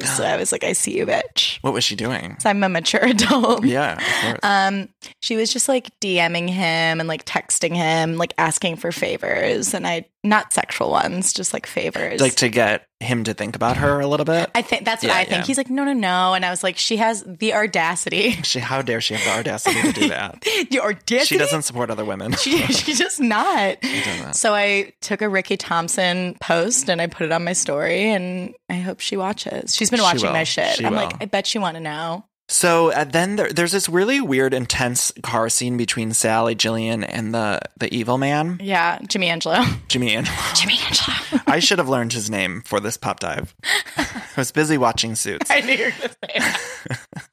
Speaker 8: So I was like, I see you, bitch.
Speaker 1: What was she doing?
Speaker 8: So I'm a mature adult.
Speaker 1: Yeah, of course.
Speaker 8: Um, she was just like DMing him and like texting him, like asking for favors, and I not sexual ones, just like favors.
Speaker 1: like to get him to think about her a little bit.
Speaker 8: I think that's what
Speaker 1: Yeah,
Speaker 8: I think.
Speaker 1: yeah.
Speaker 8: He's like, no, no, no, and I was like, she has the audacity,
Speaker 1: she, how dare she have the audacity to do that?
Speaker 8: the audacity.
Speaker 1: She doesn't support other women.
Speaker 8: She, she's just not. So I took a Ricky Thompson post and I put it on my story, and I hope she watches. She's been
Speaker 1: She
Speaker 8: watching
Speaker 1: will.
Speaker 8: my shit.
Speaker 1: She
Speaker 8: I'm
Speaker 1: will.
Speaker 8: like, I bet you want to know.
Speaker 1: So uh, then there, there's this really weird, intense car scene between Sally, Jillian, and the the evil man,
Speaker 8: Yeah, Jimmy Angelo.
Speaker 1: Jimmy Angelo.
Speaker 8: Jimmy Angelo.
Speaker 1: I should have learned his name for this pop dive. I was busy watching Suits.
Speaker 8: I knew you were gonna say that.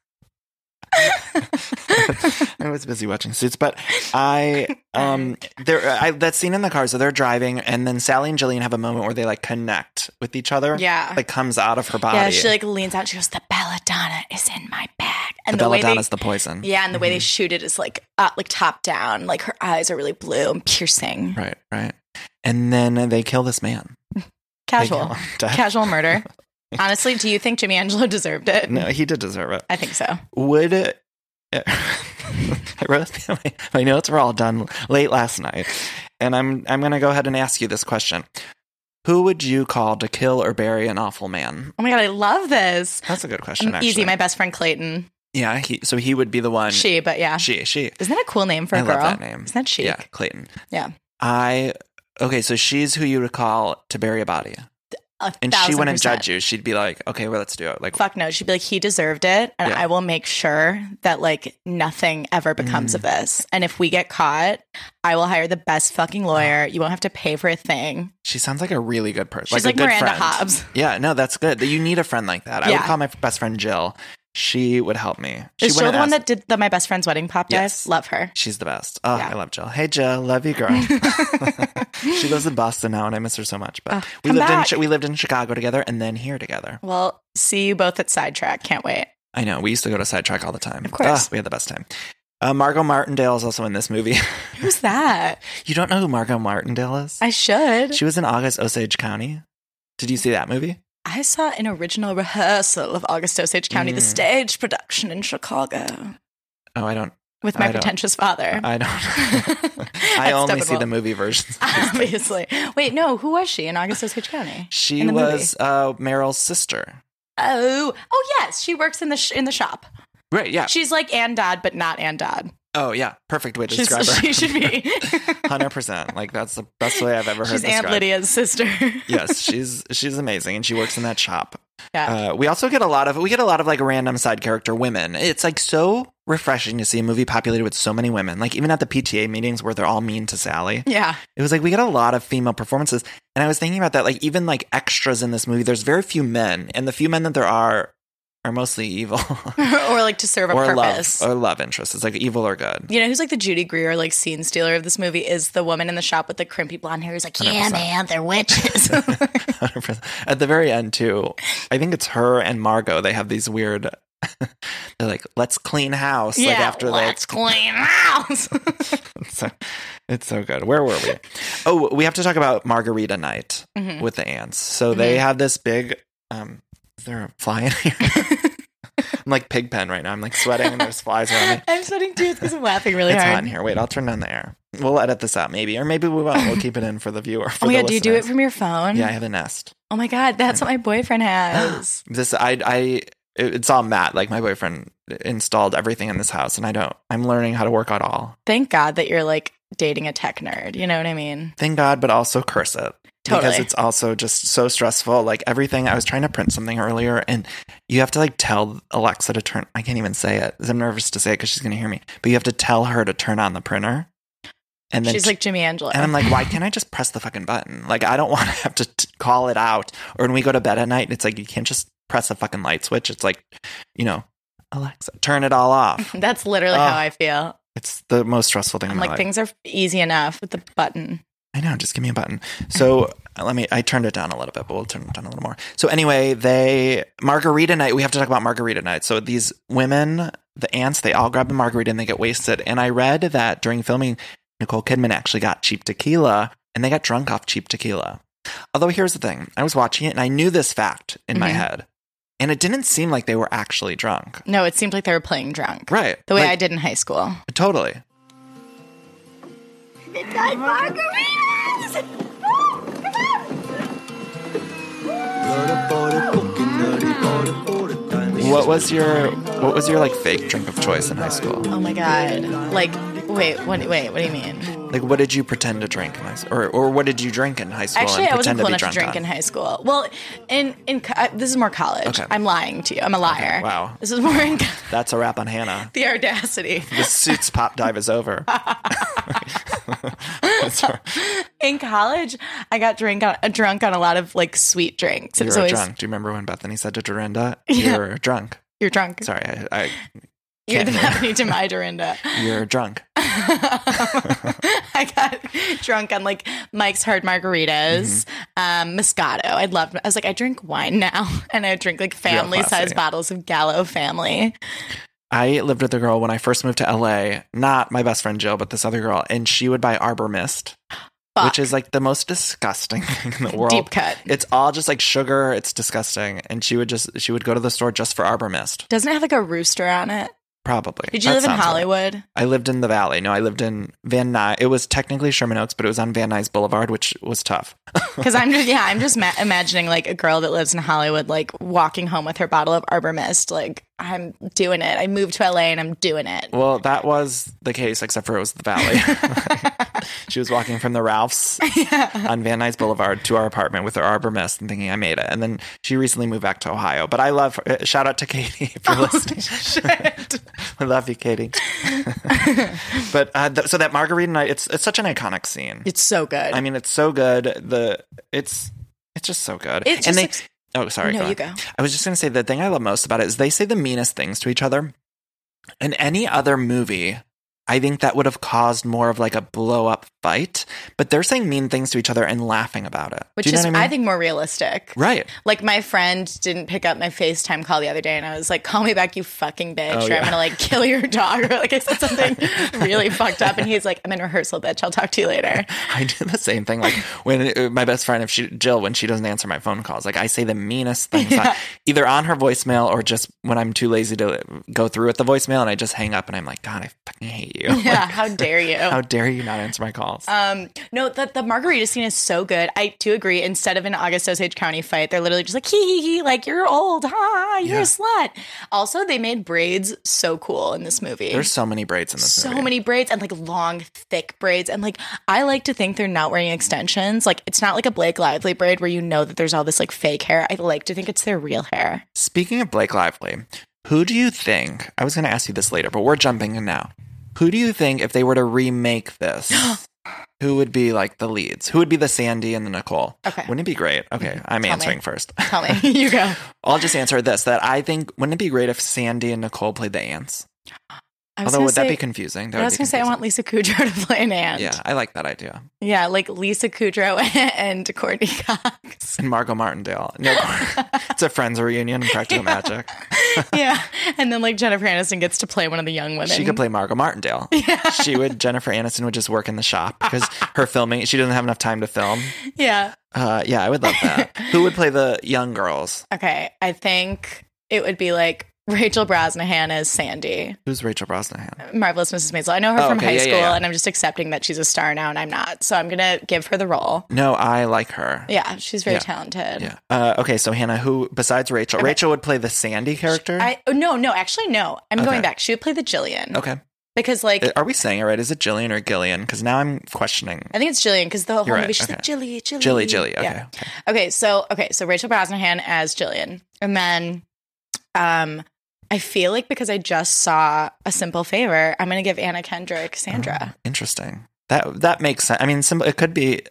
Speaker 1: I was busy watching Suits, but I um there I that scene in the car. So they're driving, and then Sally and Jillian have a moment where they like connect with each other.
Speaker 8: Yeah.
Speaker 1: like comes out of her body.
Speaker 8: Yeah, she like leans out. She goes, "The belladonna is in my bag."
Speaker 1: the,
Speaker 8: And way they-
Speaker 1: belladonna's the Mm-hmm. poison.
Speaker 8: yeah, and the way they shoot it is like uh, like top down. Like her eyes are really blue and piercing.
Speaker 1: right, right. And then they kill this man. They kill
Speaker 8: Casual,
Speaker 1: him to death.
Speaker 8: casual murder. Honestly, do you think Jimmy Angelo deserved it?
Speaker 1: No, he did deserve it.
Speaker 8: I think so. Oh
Speaker 1: Would it? I wrote my, my notes were all done late last night, and I'm I'm gonna go ahead and ask you this question: Who would you call to kill or bury an awful man?
Speaker 8: Oh my god, I love this.
Speaker 1: That's a good question.
Speaker 8: Um, Easy,
Speaker 1: actually.
Speaker 8: my best friend Clayton.
Speaker 1: Yeah, he, so he would be the one.
Speaker 8: She, but yeah.
Speaker 1: she, she.
Speaker 8: Isn't that a cool name for
Speaker 1: I
Speaker 8: a girl?
Speaker 1: love that name.
Speaker 8: Isn't that chic?
Speaker 1: Yeah, Clayton.
Speaker 8: Yeah.
Speaker 1: I okay. So she's who you would call to bury a body,
Speaker 8: A
Speaker 1: and she
Speaker 8: thousand
Speaker 1: wouldn't
Speaker 8: percent.
Speaker 1: judge you. She'd be like, "Okay, well, let's do it." Like,
Speaker 8: Fuck no. She'd be like, he deserved it. And
Speaker 1: Yeah.
Speaker 8: I will make sure that like nothing ever becomes
Speaker 1: Mm.
Speaker 8: of this. And if we get caught, I will hire the best fucking lawyer. You won't have to pay for a thing.
Speaker 1: she sounds like a really good person.
Speaker 8: She's
Speaker 1: a
Speaker 8: like
Speaker 1: good
Speaker 8: Miranda
Speaker 1: friend.
Speaker 8: Hobbs.
Speaker 1: Yeah, no, that's good. You need a friend like that. I would
Speaker 8: Yeah.
Speaker 1: call my best friend Jill. She would help me.
Speaker 8: Is she the
Speaker 1: wouldn't
Speaker 8: one
Speaker 1: ask-
Speaker 8: that did the My Best Friend's Wedding Pop Dive?
Speaker 1: Yes.
Speaker 8: Love her.
Speaker 1: She's the best. Oh,
Speaker 8: Yeah.
Speaker 1: I love Jill. Hey, Jill, love you, girl. she lives in Boston now, and I miss her so much. But we
Speaker 8: come
Speaker 1: lived in
Speaker 8: back.
Speaker 1: Chi- we lived in Chicago together, and then here together.
Speaker 8: Well, see you both at Sidetrack. Can't wait.
Speaker 1: I know. We used to go to Sidetrack all the time. Of
Speaker 8: course.
Speaker 1: we had the best time. Uh, Margot Martindale is also in this movie.
Speaker 8: Who's that?
Speaker 1: you don't know who Margot Martindale is?
Speaker 8: I should.
Speaker 1: she was in August Osage County. Did you see that movie?
Speaker 8: I saw an original rehearsal of August Osage County,
Speaker 1: Mm.
Speaker 8: the stage production in Chicago
Speaker 1: Oh, I don't.
Speaker 8: with my
Speaker 1: I don't-
Speaker 8: pretentious father.
Speaker 1: I don't. I
Speaker 8: At
Speaker 1: only see
Speaker 8: Steppenwolf.
Speaker 1: the movie versions.
Speaker 8: Obviously. Wait, no, who was she in August Osage County?
Speaker 1: She
Speaker 8: In the movie.
Speaker 1: was uh, Meryl's sister.
Speaker 8: Oh, oh yes, she works in the sh- in the shop.
Speaker 1: Right. Yeah.
Speaker 8: She's like Ann Dodd, but not Ann Dodd.
Speaker 1: oh, yeah. Perfect way to
Speaker 8: She's,
Speaker 1: describe her.
Speaker 8: she should be.
Speaker 1: Hundred percent. Like that's the best way I've ever heard.
Speaker 8: She's Aunt
Speaker 1: described.
Speaker 8: Lydia's sister.
Speaker 1: yes, she's she's amazing, and she works in that shop.
Speaker 8: yeah.
Speaker 1: Uh, we also get a lot of we get a lot of like random side character women. It's like so refreshing to see a movie populated with so many women. Like even at the PTA meetings where they're all mean to Sally,
Speaker 8: yeah.
Speaker 1: it was like we get a lot of female performances. And I was thinking about that, like even like extras in this movie, there's very few men, and the few men that there are are mostly evil
Speaker 8: or like to serve a
Speaker 1: or love Oh.
Speaker 8: purpose.
Speaker 1: or love interests. It's like evil or good.
Speaker 8: you know who's like the Judy Greer like scene stealer of this movie is the woman in the shop with the crimpy blonde hair who's like, Yeah,
Speaker 1: 100%.
Speaker 8: man, they're witches.
Speaker 1: 100%. At the very end, too, I think it's her and Margot. They have these weird. they're like, let's clean house.
Speaker 8: yeah,
Speaker 1: like after
Speaker 8: let's clean house.
Speaker 1: It's so, it's so good. Where were we? Oh, we have to talk about Margarita Night
Speaker 8: Mhm.
Speaker 1: with the ants. So they have this big. Um, is there a fly in here? I'm like pig pen right now. I'm like sweating and there's flies around me.
Speaker 8: I'm sweating too because I'm laughing really
Speaker 1: it's hot
Speaker 8: hard.
Speaker 1: in here. Wait, I'll turn down the air. We'll edit this out maybe, or maybe we won't. We'll keep it in for the viewer. For
Speaker 8: Oh my
Speaker 1: the
Speaker 8: god, do you do it
Speaker 1: listeners.
Speaker 8: from your phone?
Speaker 1: Yeah, I have a nest.
Speaker 8: Oh my god, that's what my boyfriend has.
Speaker 1: this i i it- it's all matt like my boyfriend installed everything in this house and i don't i'm learning how to work on all
Speaker 8: Thank God that you're like dating a tech nerd. You know what I mean?
Speaker 1: thank god but also curse it because
Speaker 8: Totally.
Speaker 1: it's also just so stressful like everything i was trying to print something earlier and you have to like tell alexa to turn i can't even say it 'cause i'm nervous to say it because she's going to hear me but you have to tell her to turn on the printer and then
Speaker 8: She's like Jimmy Angelo.
Speaker 1: And I'm like, why can't I just press the fucking button? Like, I don't want to have to t- call it out. Or when we go to bed at night, it's like, you can't just press the fucking light switch. It's like, you know, Alexa, turn it all off.
Speaker 8: that's literally
Speaker 1: Ugh.
Speaker 8: how I feel.
Speaker 1: It's the most stressful thing
Speaker 8: Mm-hmm. I'm
Speaker 1: in my
Speaker 8: like,
Speaker 1: life.
Speaker 8: things are easy enough with the button.
Speaker 1: I know, just give me a button. So let me, I turned it down a little bit, but we'll turn it down a little more. So anyway, they, margarita night, we have to talk about margarita night. So these women, the ants, they all grab a margarita and they get wasted. And I read that during filming, Nicole Kidman actually got cheap tequila and they got drunk off cheap tequila. Although here's the thing, I was watching it and I knew this fact in my
Speaker 8: Mhm.
Speaker 1: head. And it didn't seem like they were actually drunk.
Speaker 8: No, it seemed like they were playing drunk.
Speaker 1: Right.
Speaker 8: The way
Speaker 1: Like-
Speaker 8: I did in high school.
Speaker 1: Totally.
Speaker 6: Midnight margaritas!
Speaker 1: What was your what was your like fake drink of choice in high school?
Speaker 8: Oh my god. Like, wait, what? Wait, what do you mean?
Speaker 1: Like, what did you pretend to drink in high school, or or what did you drink in high school?
Speaker 8: Actually, I
Speaker 1: pretend
Speaker 8: wasn't cool
Speaker 1: be
Speaker 8: enough to
Speaker 1: drunk
Speaker 8: drink
Speaker 1: on?
Speaker 8: in high school. Well, in in co- uh, this is more college.
Speaker 1: Okay.
Speaker 8: I'm lying to you. I'm a liar.
Speaker 1: wow.
Speaker 8: This is more in co-
Speaker 1: That's a wrap on Hannah.
Speaker 8: the audacity.
Speaker 1: The suits pop dive is over. That's her.
Speaker 8: In college, I got drink on, uh, drunk on a lot of like sweet drinks. It
Speaker 1: You're
Speaker 8: was always
Speaker 1: drunk. Do you remember when Bethany said to Dorinda,
Speaker 8: Yeah.
Speaker 1: "You're drunk"?
Speaker 8: you're drunk.
Speaker 1: Sorry, I, I
Speaker 8: You're
Speaker 1: can't
Speaker 8: the
Speaker 1: hear.
Speaker 8: Bethany to my Dorinda.
Speaker 1: you're drunk.
Speaker 8: I got drunk on like Mike's hard margaritas,
Speaker 1: Mm-hmm.
Speaker 8: um, Moscato. I loved. I was like, I drink wine now, and I drink like family
Speaker 1: classy.
Speaker 8: size bottles of Gallo Family.
Speaker 1: I lived with a girl when I first moved to LA. Not my best friend Jill, but this other girl, and she would buy Arbor Mist,
Speaker 8: Fuck.
Speaker 1: which is like the most disgusting thing in the world.
Speaker 8: deep cut.
Speaker 1: It's all just like sugar. It's disgusting. And she would just she would go to the store just for Arbor Mist,
Speaker 8: Doesn't it have like a rooster on it?
Speaker 1: probably.
Speaker 8: Did you
Speaker 1: That
Speaker 8: live in
Speaker 1: sounds right.
Speaker 8: Hollywood?
Speaker 1: I lived in the valley. No, I lived in Van Nuys. It was technically Sherman Oaks, but it was on Van Nuys Boulevard, which was tough.
Speaker 8: Because I'm just yeah, I'm just ma- imagining like a girl that lives in Hollywood, like walking home with her bottle of Arbor Mist. Like I'm doing it. I moved to LA and I'm doing it.
Speaker 1: Well, that was the case, except for it was the valley. she was walking from the Ralphs on Van Nuys Boulevard to our apartment with her arbor mist and thinking I made it. And then she recently moved back to Ohio. But I love her. Shout out to Katie if you're listening. I love you, Katie. but uh, th- so that margarita night, it's it's such an iconic scene.
Speaker 8: It's so good.
Speaker 1: I mean, it's so good. The it's it's just so good.
Speaker 8: It's
Speaker 1: and
Speaker 8: just
Speaker 1: they.
Speaker 8: ex-
Speaker 1: oh, sorry.
Speaker 8: No,
Speaker 1: on.
Speaker 8: you go.
Speaker 1: I was just gonna say the thing I love most about it is they say the meanest things to each other. In any other movie, I think that would have caused more of like a blow up fight, but they're saying mean things to each other and laughing about it.
Speaker 8: Which
Speaker 1: Do you know
Speaker 8: is, I,
Speaker 1: what I mean?
Speaker 8: think, more realistic.
Speaker 1: Right.
Speaker 8: Like my friend didn't pick up my FaceTime call the other day, and I was like, "Call me back, you fucking bitch,
Speaker 1: Oh,
Speaker 8: or I'm gonna like kill your dog." Or like I said something really fucked up, and he's like, "I'm in rehearsal, bitch. I'll talk to you later."
Speaker 1: I do the same thing. Like when uh, my best friend, if she Jill, when she doesn't answer my phone calls, like I say the meanest things, on- either on her voicemail or just when I'm too lazy to go through with the voicemail, and I just hang up, and I'm like, God, I fucking hate you.
Speaker 8: Yeah, Oh. Um, how dare you?
Speaker 1: How dare you not answer my calls?
Speaker 8: No, the, the margarita scene is so good. I do agree. Instead of an August Osage County fight, they're literally just like, hee hee hee, like you're old, ha, you're
Speaker 1: Yeah.
Speaker 8: a slut. Also, they made braids so cool in this movie.
Speaker 1: There's so many braids in this.
Speaker 8: so
Speaker 1: movie.
Speaker 8: many braids and like long, thick braids. And like, I like to think they're not wearing extensions. Like, it's not like a Blake Lively braid where you know that there's all this like fake hair. I like to think it's their real hair.
Speaker 1: Speaking of Blake Lively, who do you think? I was going to ask you this later, but we're jumping in now. Who do you think if they were to remake this? Who would be like the leads? Who would be the Sandy and the Nicole?
Speaker 8: Okay. Mm-hmm.
Speaker 1: Wouldn't it be great? Okay, I'm
Speaker 8: Tell me.
Speaker 1: answering first.
Speaker 8: Tell me, you go.
Speaker 1: I'll just answer this that I think wouldn't it be great if Sandy and Nicole played the ants?
Speaker 8: I was
Speaker 1: Although
Speaker 8: gonna
Speaker 1: would that
Speaker 8: say-
Speaker 1: be confusing? That
Speaker 8: I
Speaker 1: would
Speaker 8: was
Speaker 1: be
Speaker 8: going to say, I want
Speaker 1: confusing.
Speaker 8: Lisa Kudrow to play an aunt.
Speaker 1: Yeah, I like that idea.
Speaker 8: Yeah, like Lisa Kudrow and Courtney Cox.
Speaker 1: And Margot Martindale. No, it's a Friends reunion in Practical Magic.
Speaker 8: yeah. And then like Jennifer Aniston gets to play one of the young women.
Speaker 1: She could play Margot Martindale. She would Jennifer Aniston would just work in the shop because her filming she doesn't have enough time to film.
Speaker 8: Yeah.
Speaker 1: Uh, yeah, I would love that. Who would play the young girls?
Speaker 8: Okay. I think it would be like Rachel Brosnahan as Sandy,
Speaker 1: Who's Rachel Brosnahan?
Speaker 8: Marvelous Mrs. Maisel. I know her
Speaker 1: Oh,
Speaker 8: from
Speaker 1: okay.
Speaker 8: high
Speaker 1: Yeah, yeah,
Speaker 8: school,
Speaker 1: yeah.
Speaker 8: and I'm just accepting that she's a star now, and I'm not. So I'm gonna give her the role.
Speaker 1: No, I like her.
Speaker 8: Yeah, she's very
Speaker 1: Yeah.
Speaker 8: talented.
Speaker 1: Yeah. Uh, okay, so Hannah, who besides Rachel? Rachel would play the Sandy character.
Speaker 8: I oh, no no actually no I'm
Speaker 1: Okay.
Speaker 8: going back. She would play the Jillian
Speaker 1: okay.
Speaker 8: because like
Speaker 1: Uh, Are we saying it right? Is it Jillian or Gillian? Because now I'm questioning.
Speaker 8: I think it's Jillian because the whole
Speaker 1: You're
Speaker 8: movie
Speaker 1: right,
Speaker 8: she's
Speaker 1: okay.
Speaker 8: like Jilly Jilly
Speaker 1: Jilly, Jilly. Okay.
Speaker 8: Mm, Yeah.
Speaker 1: okay.
Speaker 8: Okay, so okay, so Rachel Brosnahan as Jillian, and then, um, I feel like because I just saw A Simple Favor, I'm gonna give Anna Kendrick Sandra.
Speaker 1: Oh. Interesting. That that makes sense. I mean, some, it could be.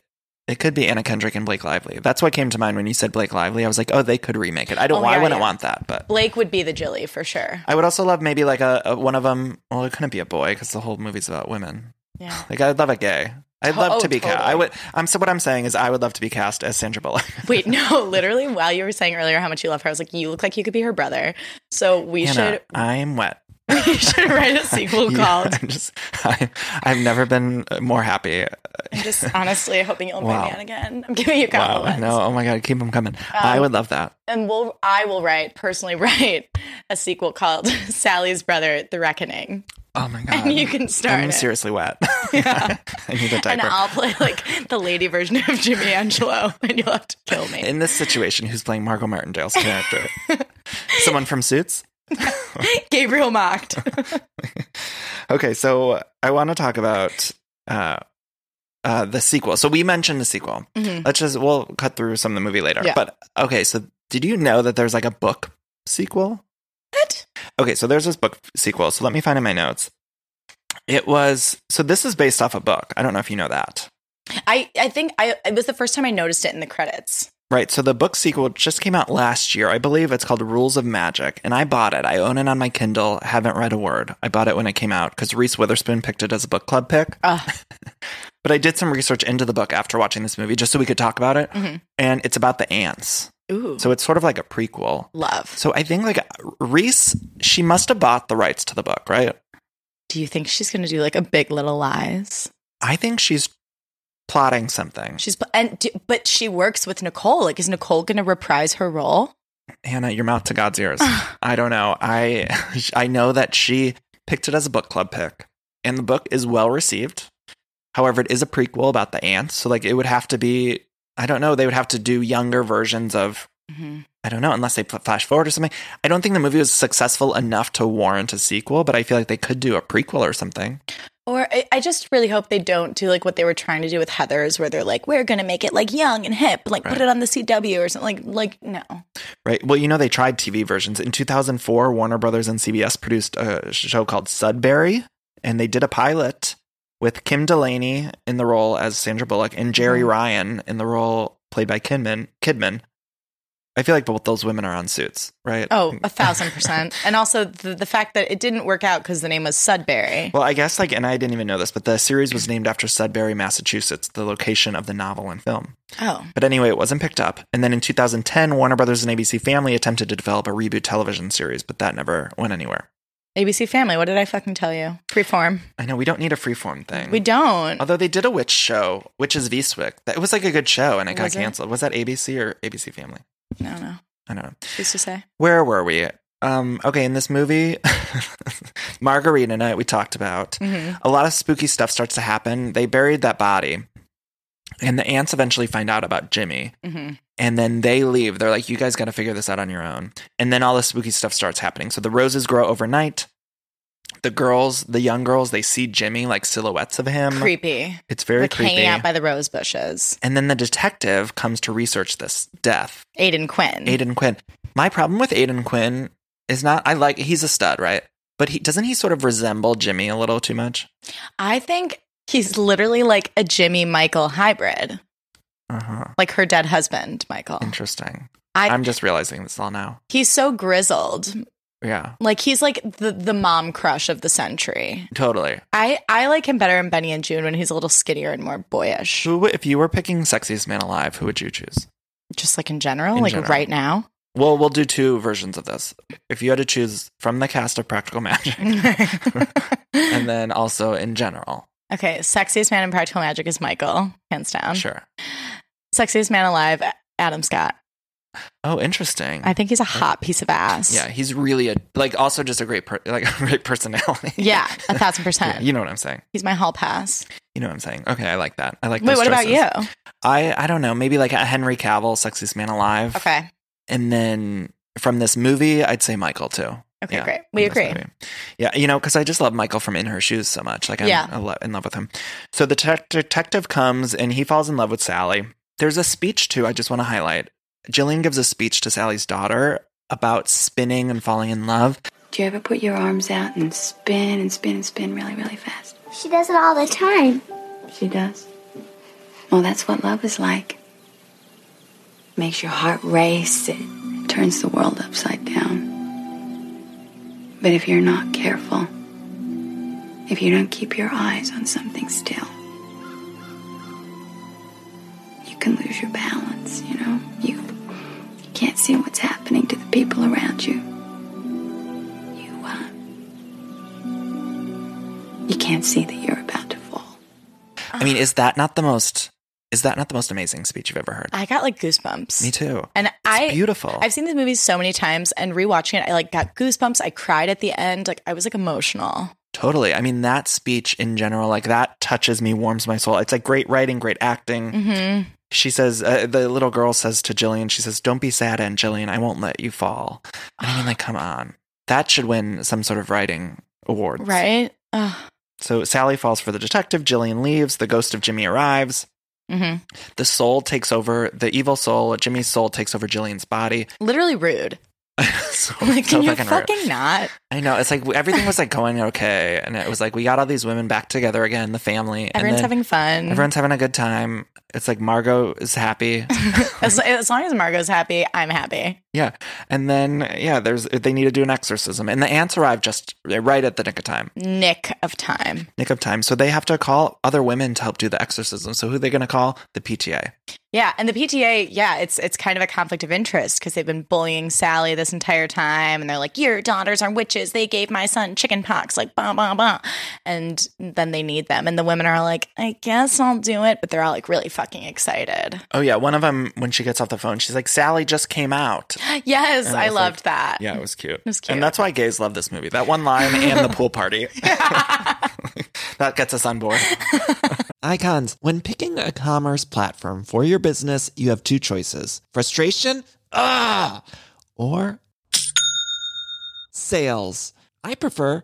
Speaker 1: It could be Anna Kendrick and Blake Lively. That's what came to mind when you said Blake Lively. I was like, oh, they could remake it. I don't.
Speaker 8: Oh,
Speaker 1: wa- I
Speaker 8: yeah,
Speaker 1: wouldn't
Speaker 8: yeah.
Speaker 1: want that, but
Speaker 8: Blake would be the Jilly for sure.
Speaker 1: I would also love maybe like a, a one of them. Well, it couldn't be a boy because the whole movie's about women.
Speaker 8: Yeah.
Speaker 1: Like I'd love a gay. I'd
Speaker 8: To-
Speaker 1: love
Speaker 8: oh,
Speaker 1: to be cast.
Speaker 8: totally.
Speaker 1: I would. I'm. So what I'm saying is, I would love to be cast as Sandra Bullock.
Speaker 8: Wait, no, literally, while you were saying earlier how much you love her, I was like, you look like you could be her brother. So we
Speaker 1: Hannah, I'm wet.
Speaker 8: should we should write a sequel
Speaker 1: You-
Speaker 8: called.
Speaker 1: I'm just. I, I've never been more happy.
Speaker 8: I'm just honestly hoping you'll bring
Speaker 1: Wow.
Speaker 8: me on again. I'm giving you
Speaker 1: Wow. I
Speaker 8: compliments.
Speaker 1: know. Oh my god. Keep them coming.
Speaker 8: Um,
Speaker 1: I would love that.
Speaker 8: And we'll, I will write personally write a sequel called Sally's Brother: The Reckoning.
Speaker 1: Oh my god.
Speaker 8: and you can start
Speaker 1: I'm
Speaker 8: it.
Speaker 1: seriously wet. I need a
Speaker 8: And
Speaker 1: diaper.
Speaker 8: I'll play like the lady version of Jimmy Angelo, and you'll have to kill me.
Speaker 1: In this situation, who's playing Margot Martindale's character? Someone from Suits.
Speaker 8: Gabriel mocked.
Speaker 1: Okay, so I want to talk about uh, uh, the sequel. So we mentioned the sequel. Let's just we'll cut through some of the movie later.
Speaker 8: Mm-hmm. Yeah.
Speaker 1: But okay, so did you know that there's like a book sequel?
Speaker 8: What?
Speaker 1: Okay, so there's this book sequel. So let me find in my notes. It was so this is based off a book. I don't know if you know that.
Speaker 8: I, I think I it was the first time I noticed it in the credits.
Speaker 1: Right. So the book sequel just came out last year. I believe it's called Rules of Magic, and I bought it. I own it on my Kindle. Haven't read a word. I bought it when it came out because Reese Witherspoon picked it as a book club pick. but I did some research into the book after watching this movie just so we could talk about it. And it's about the ants.
Speaker 8: Ooh,
Speaker 1: So it's sort of like a prequel.
Speaker 8: love.
Speaker 1: So I think like Reese, she must have bought the rights to the book, right?
Speaker 8: Do you think she's gonna do like a Big Little Lies?
Speaker 1: I think she's plotting something.
Speaker 8: She's pl- and do, but she works with Nicole. Like, is Nicole gonna reprise her role?
Speaker 1: Hannah, your mouth to God's ears. I don't know. I I know that she picked it as a book club pick, and the book is well received. However, it is a prequel about the ants, so like it would have to be. I don't know. They would have to do younger versions of. I don't know, unless they pl- flash forward or something. I don't think the movie was successful enough to warrant a sequel, but I feel like they could do a prequel or something.
Speaker 8: Or I, I just really hope they don't do like what they were trying to do with Heather's, where they're like, we're gonna make it like young and hip, like
Speaker 1: Right.
Speaker 8: put it on the CW or something. Like, like no.
Speaker 1: Right. Well, you know, they tried TV versions. In 2004, Warner Brothers and CBS produced a show called Sudbury, and they did a pilot with Kim Delaney in the role as Sandra Bullock and Jerry Ryan in the role played by Kidman. Kidman. I feel like both those women are on suits, right?
Speaker 8: Oh, a thousand percent. and also the, the fact that it didn't work out because the name was Sudbury.
Speaker 1: Well, I guess like, and I didn't even know this, but the series was named after Sudbury, Massachusetts, the location of the novel and film.
Speaker 8: Oh.
Speaker 1: But anyway, it wasn't picked up. And then in 2010, Warner Brothers and ABC Family attempted to develop a reboot television series, but that never went anywhere.
Speaker 8: ABC Family, what did I fucking tell you? Freeform.
Speaker 1: I know we don't need a freeform thing.
Speaker 8: We don't.
Speaker 1: Although they did a witch show, Witches v Swick. It was like a good show, and it got canceled. Was that ABC or ABC Family?
Speaker 8: I don't know.
Speaker 1: I don't know.
Speaker 8: Who's to say?
Speaker 1: Where were we? Um, okay, in this movie, Margarita Night, we talked about,
Speaker 8: Mhm.
Speaker 1: a lot of spooky stuff starts to happen. They buried that body, and the ants eventually find out about Jimmy,
Speaker 8: Mhm.
Speaker 1: and then they leave. They're like, you guys got to figure this out on your own. And then all the spooky stuff starts happening. So the roses grow overnight. The girls, the young girls, they see Jimmy, like silhouettes of him.
Speaker 8: creepy.
Speaker 1: Mm. It's very
Speaker 8: like
Speaker 1: creepy.
Speaker 8: hanging out by the rose bushes.
Speaker 1: and then the detective comes to research this death.
Speaker 8: Aiden Quinn.
Speaker 1: Aiden Quinn. My problem with Aiden Quinn is not I like he's a stud, right? But he doesn't he sort of resemble Jimmy a little too much?
Speaker 8: I think he's literally like a Jimmy Michael hybrid,
Speaker 1: Uh-huh. Mm.
Speaker 8: like her dead husband, Michael.
Speaker 1: Interesting. I,
Speaker 8: I,
Speaker 1: am just realizing this all now.
Speaker 8: he's so grizzled.
Speaker 1: Yeah.
Speaker 8: Like he's like the, the mom crush of the century.
Speaker 1: Totally.
Speaker 8: I, I like him better in Benny and June when he's a little skinnier and more boyish.
Speaker 1: Who if you were picking sexiest man alive, who would you choose?
Speaker 8: Just like in general,
Speaker 1: In
Speaker 8: like
Speaker 1: general.
Speaker 8: right now.
Speaker 1: Well, we'll do two versions of this. If you had to choose from the cast of Practical Magic and then also in general.
Speaker 8: okay, sexiest man in Practical Magic is Michael, hands down.
Speaker 1: Sure.
Speaker 8: Sexiest man alive, Adam Scott.
Speaker 1: Oh, interesting.
Speaker 8: I think he's a hot piece of ass.
Speaker 1: yeah, he's really a like also just a great per- like a great personality.
Speaker 8: Yeah, a thousand
Speaker 1: Yeah,
Speaker 8: percent.
Speaker 1: you know what I'm saying.
Speaker 8: He's my hall pass.
Speaker 1: You know what I'm saying? Okay, I like that. I like.
Speaker 8: Wait,
Speaker 1: those
Speaker 8: what about
Speaker 1: choices.
Speaker 8: you?
Speaker 1: I I don't know. Maybe like a Henry Cavill, sexiest man alive.
Speaker 8: Okay.
Speaker 1: And then from this movie, I'd say Michael too.
Speaker 8: Okay,
Speaker 1: Yeah,
Speaker 8: great. We
Speaker 1: in this
Speaker 8: agree.
Speaker 1: movie. Yeah, you know, because I just love Michael from In Her Shoes so much. Like I'm
Speaker 8: Yeah.
Speaker 1: a lo- in love with him. So the tec- detective comes and he falls in love with Sally. There's a speech too. I just want to highlight. Jillian gives a speech to Sally's daughter about spinning and falling in love.
Speaker 3: Do you ever put your arms out and spin and spin and spin really, really fast?
Speaker 9: She does it all the time.
Speaker 3: She does. Well, that's what love is like. Makes your heart race, it turns the world upside down. But if you're not careful, if you don't keep your eyes on something still, you can lose your balance, you know? You, you can't see what's happening to the people around you. You, uh, you can't see that you're about to fall.
Speaker 1: I
Speaker 8: Ah.
Speaker 1: mean, is that not the most? Is that not the most amazing speech you've ever heard?
Speaker 8: I got like goosebumps.
Speaker 1: Me too.
Speaker 8: Uh, And I
Speaker 1: beautiful.
Speaker 8: I've seen this movie so many times and rewatching it, I like got goosebumps. I cried at the end. Like I was like emotional.
Speaker 1: Totally. I mean, that speech in general, like that touches me, warms my soul. It's like great writing, great acting.
Speaker 8: Mm-hmm.
Speaker 1: She says, uh, the little girl says to Jillian, she says, Don't be sad, Aunt Jillian. I won't let you fall. And I mean, like, come on. That should win some sort of writing awards.
Speaker 8: Right? Oh,
Speaker 1: So Sally falls for the detective. Jillian leaves. The ghost of Jimmy arrives.
Speaker 8: hmm
Speaker 1: The soul takes over, the evil soul, Jimmy's soul takes over Jillian's body.
Speaker 8: Literally rude.
Speaker 1: so,
Speaker 8: Like,
Speaker 1: so
Speaker 8: can you
Speaker 1: fucking rude.
Speaker 8: fucking not?
Speaker 1: I know. It's like everything was like going okay. And it was like, we got all these women back together again, the family. and
Speaker 8: Everyone's
Speaker 1: then-
Speaker 8: having fun.
Speaker 1: Everyone's having a good time. It's like Margot is happy.
Speaker 8: as, as long as Margot's happy, I'm happy.
Speaker 1: yeah. And then yeah, there's they need to do an exorcism. And the ants arrive just uh, right at the nick of time.
Speaker 8: Nick of time.
Speaker 1: Nick of time. So they have to call other women to help do the exorcism. So who are they gonna call? The PTA.
Speaker 8: Yeah, and the PTA, yeah, it's it's kind of a conflict of interest because they've been bullying Sally this entire time, and they're like, "Your daughters are witches. They gave my son chicken pox, like bah bah bah," and then they need them, and the women are like, "I guess I'll do it," but they're all like really fucking excited.
Speaker 1: Oh yeah, one of them when she gets off the phone, she's like, Sally just came out.
Speaker 8: Yes,
Speaker 1: And
Speaker 8: I,
Speaker 1: I was
Speaker 8: loved
Speaker 1: like,
Speaker 8: that.
Speaker 1: Yeah, it was cute. It
Speaker 8: was cute.
Speaker 1: And that's why gays love this movie. That one line and the pool party. that gets us on board.
Speaker 10: Icons, when picking a commerce platform for your business, you have two choices frustration, ah, or sales. I prefer,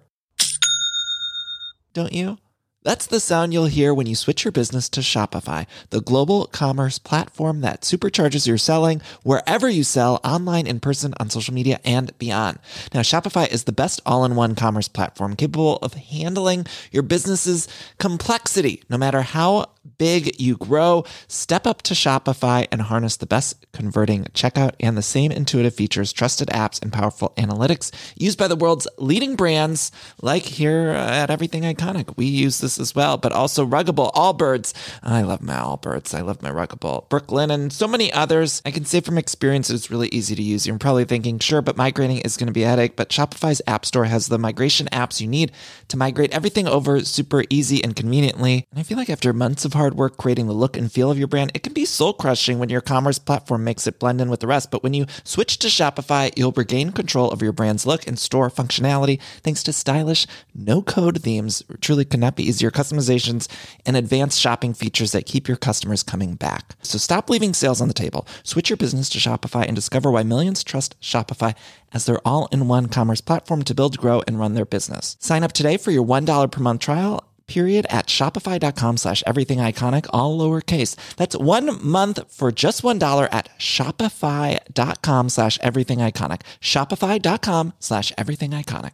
Speaker 10: don't you? That's the sound you'll hear when you switch your business to Shopify, the global commerce platform that supercharges your selling wherever you sell, online, in person, on social media, and beyond. Now, Shopify is the best all in one commerce platform capable of handling your business's complexity, no matter how
Speaker 1: big, you grow. Step up to Shopify and harness the best converting checkout and the same intuitive features, trusted apps, and powerful analytics used by the world's leading brands. Like here uh, at Everything Iconic, we use this as well, but also Ruggable, Allbirds. I love my Allbirds. I love my Ruggable, Brooklyn, and so many others. I can say from experience, it's really easy to use. You're probably thinking, sure, but migrating is going to be a headache. But Shopify's App Store has the migration apps you need to migrate everything over super easy and conveniently. And I feel like after months of hard work creating the look and feel of your brand, it can be soul crushing when your commerce platform makes it blend in with the rest. But when you switch to Shopify, you'll regain control of your brand's look and store functionality thanks to stylish, no code themes. Truly could not be easier customizations and advanced shopping features that keep your customers coming back. So stop leaving sales on the table. Switch your business to Shopify and discover why millions trust Shopify as their all in one commerce platform to build, grow, and run their business. Sign up today for your $1 per month trial period at shopify.com slash everything iconic all lowercase that's one month for just one dollar at shopify.com slash everything iconic shopify.com slash everything iconic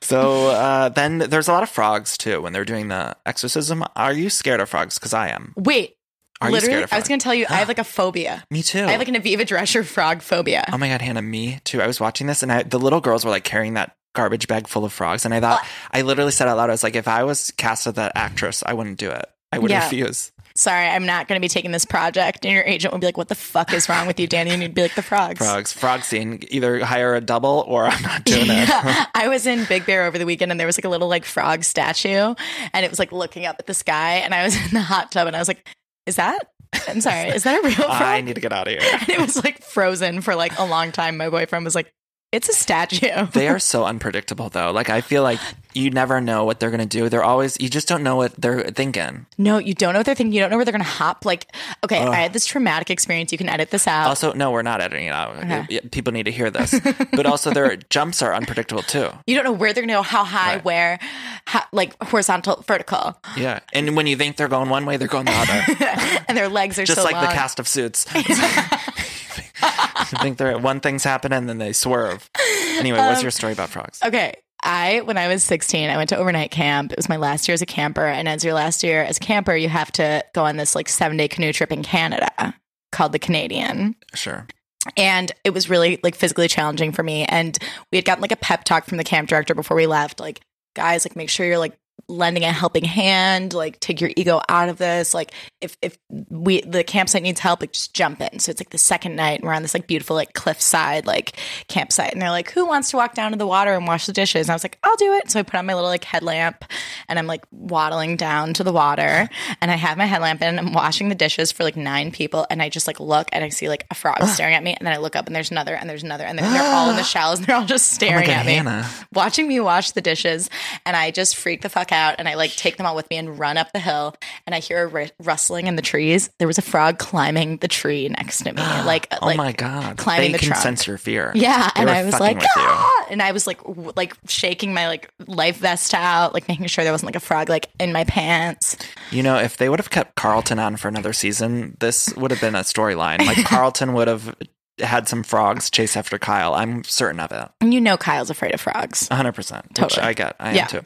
Speaker 11: so uh, then there's a lot of frogs too when they're doing the exorcism are you scared of frogs because i am
Speaker 8: Wait.
Speaker 11: Are you
Speaker 8: literally,
Speaker 11: scared of
Speaker 8: I was
Speaker 11: frogs?
Speaker 8: going to tell you, I have like a phobia.
Speaker 11: me too
Speaker 8: I have like an Aviva Drescher frog phobia.
Speaker 1: Um,
Speaker 11: Oh my god, Hannah, me too. I was watching this and I, the little girls were like carrying that garbage bag full of frogs, and I thought I literally said out loud, I was like, if I was cast as that actress, I wouldn't do it. I would
Speaker 8: Yeah.
Speaker 11: refuse.
Speaker 8: Sorry, I'm not going to be taking this project. And your agent would be like, what the fuck is wrong with you, Danny? And you'd be like, the frogs.
Speaker 11: Frogs, frog scene. Either hire a double or I'm not doing it.
Speaker 8: Yeah. I was in Big Bear over the weekend and there was like a little like frog statue and it was like looking up at the sky and I was in the hot tub and I was like, is that? I'm sorry, is that a real frog?
Speaker 11: I need to get out of here.
Speaker 8: and it was like frozen for like a long time. My boyfriend was like, it's a statue.
Speaker 11: They are so unpredictable though. Like I feel like you never know what they're gonna do. They're always you just don't know what they're thinking.
Speaker 8: No, you don't know what they're thinking. You don't know where they're going to hop. Like, okay, I had this traumatic experience. You can edit this out.
Speaker 11: Also, no, we're not editing it out.
Speaker 8: Oh. Okay.
Speaker 11: Yeah, People need to hear this. but also their jumps are unpredictable too.
Speaker 8: you don't know where they're going to go, how high,
Speaker 11: Right.
Speaker 8: where, how, like horizontal, vertical.
Speaker 11: Yeah. And when you think they're going one way, they're going the other.
Speaker 8: and their legs are
Speaker 11: just
Speaker 8: so
Speaker 11: like the
Speaker 8: long.
Speaker 11: cast of Suits. I think they're one thing's happening and then they swerve. Anyway, what's your story about frogs?
Speaker 8: Um, Okay. I, when I was 16, I went to overnight camp. It was my last year as a camper. And as your last year as a camper, you have to go on this like seven day canoe trip in Canada called the Canadian.
Speaker 11: Sure.
Speaker 8: And it was really like physically challenging for me. And we had gotten like a pep talk from the camp director before we left like, guys, like, make sure you're like, lending a helping hand like take your ego out of this like if if we the campsite needs help like just jump in so it's like the second night and we're on this like beautiful like cliffside like campsite and they're like who wants to walk down to the water and wash the dishes and i was like i'll do it so i put on my little like headlamp and i'm like waddling down to the water and i have my headlamp in and i'm washing the dishes for like nine people and i just like look and i see like a frog staring at me and then i look up and there's another and there's another and then they're all in the shallows and they're all just staring
Speaker 11: Oh God,
Speaker 8: at me
Speaker 11: Hannah.
Speaker 8: watching me wash the dishes and I just freak the fuck out and I like take them all with me and run up the hill and I hear a ru- rustling in the trees. There was a frog climbing the tree next to me. Like,
Speaker 11: oh
Speaker 8: like
Speaker 11: my god.
Speaker 8: climbing
Speaker 11: they
Speaker 8: the
Speaker 11: can
Speaker 8: trunk.
Speaker 11: sense your fear.
Speaker 8: Yeah,
Speaker 11: They
Speaker 8: and
Speaker 11: were
Speaker 8: I was
Speaker 11: fucking
Speaker 8: like,
Speaker 11: with you.
Speaker 8: "Ah!" and I was like, w- like shaking my like life vest out, like making sure there wasn't like a frog like in my pants.
Speaker 11: You know, if they would have kept Carlton on for another season, this would have been a storyline. Like Carlton would have had some frogs chase after Kyle. I'm certain of it.
Speaker 8: And you know, Kyle's afraid of frogs.
Speaker 11: 100%. Which
Speaker 8: Totally.
Speaker 11: I get. I
Speaker 8: Yeah.
Speaker 11: am too.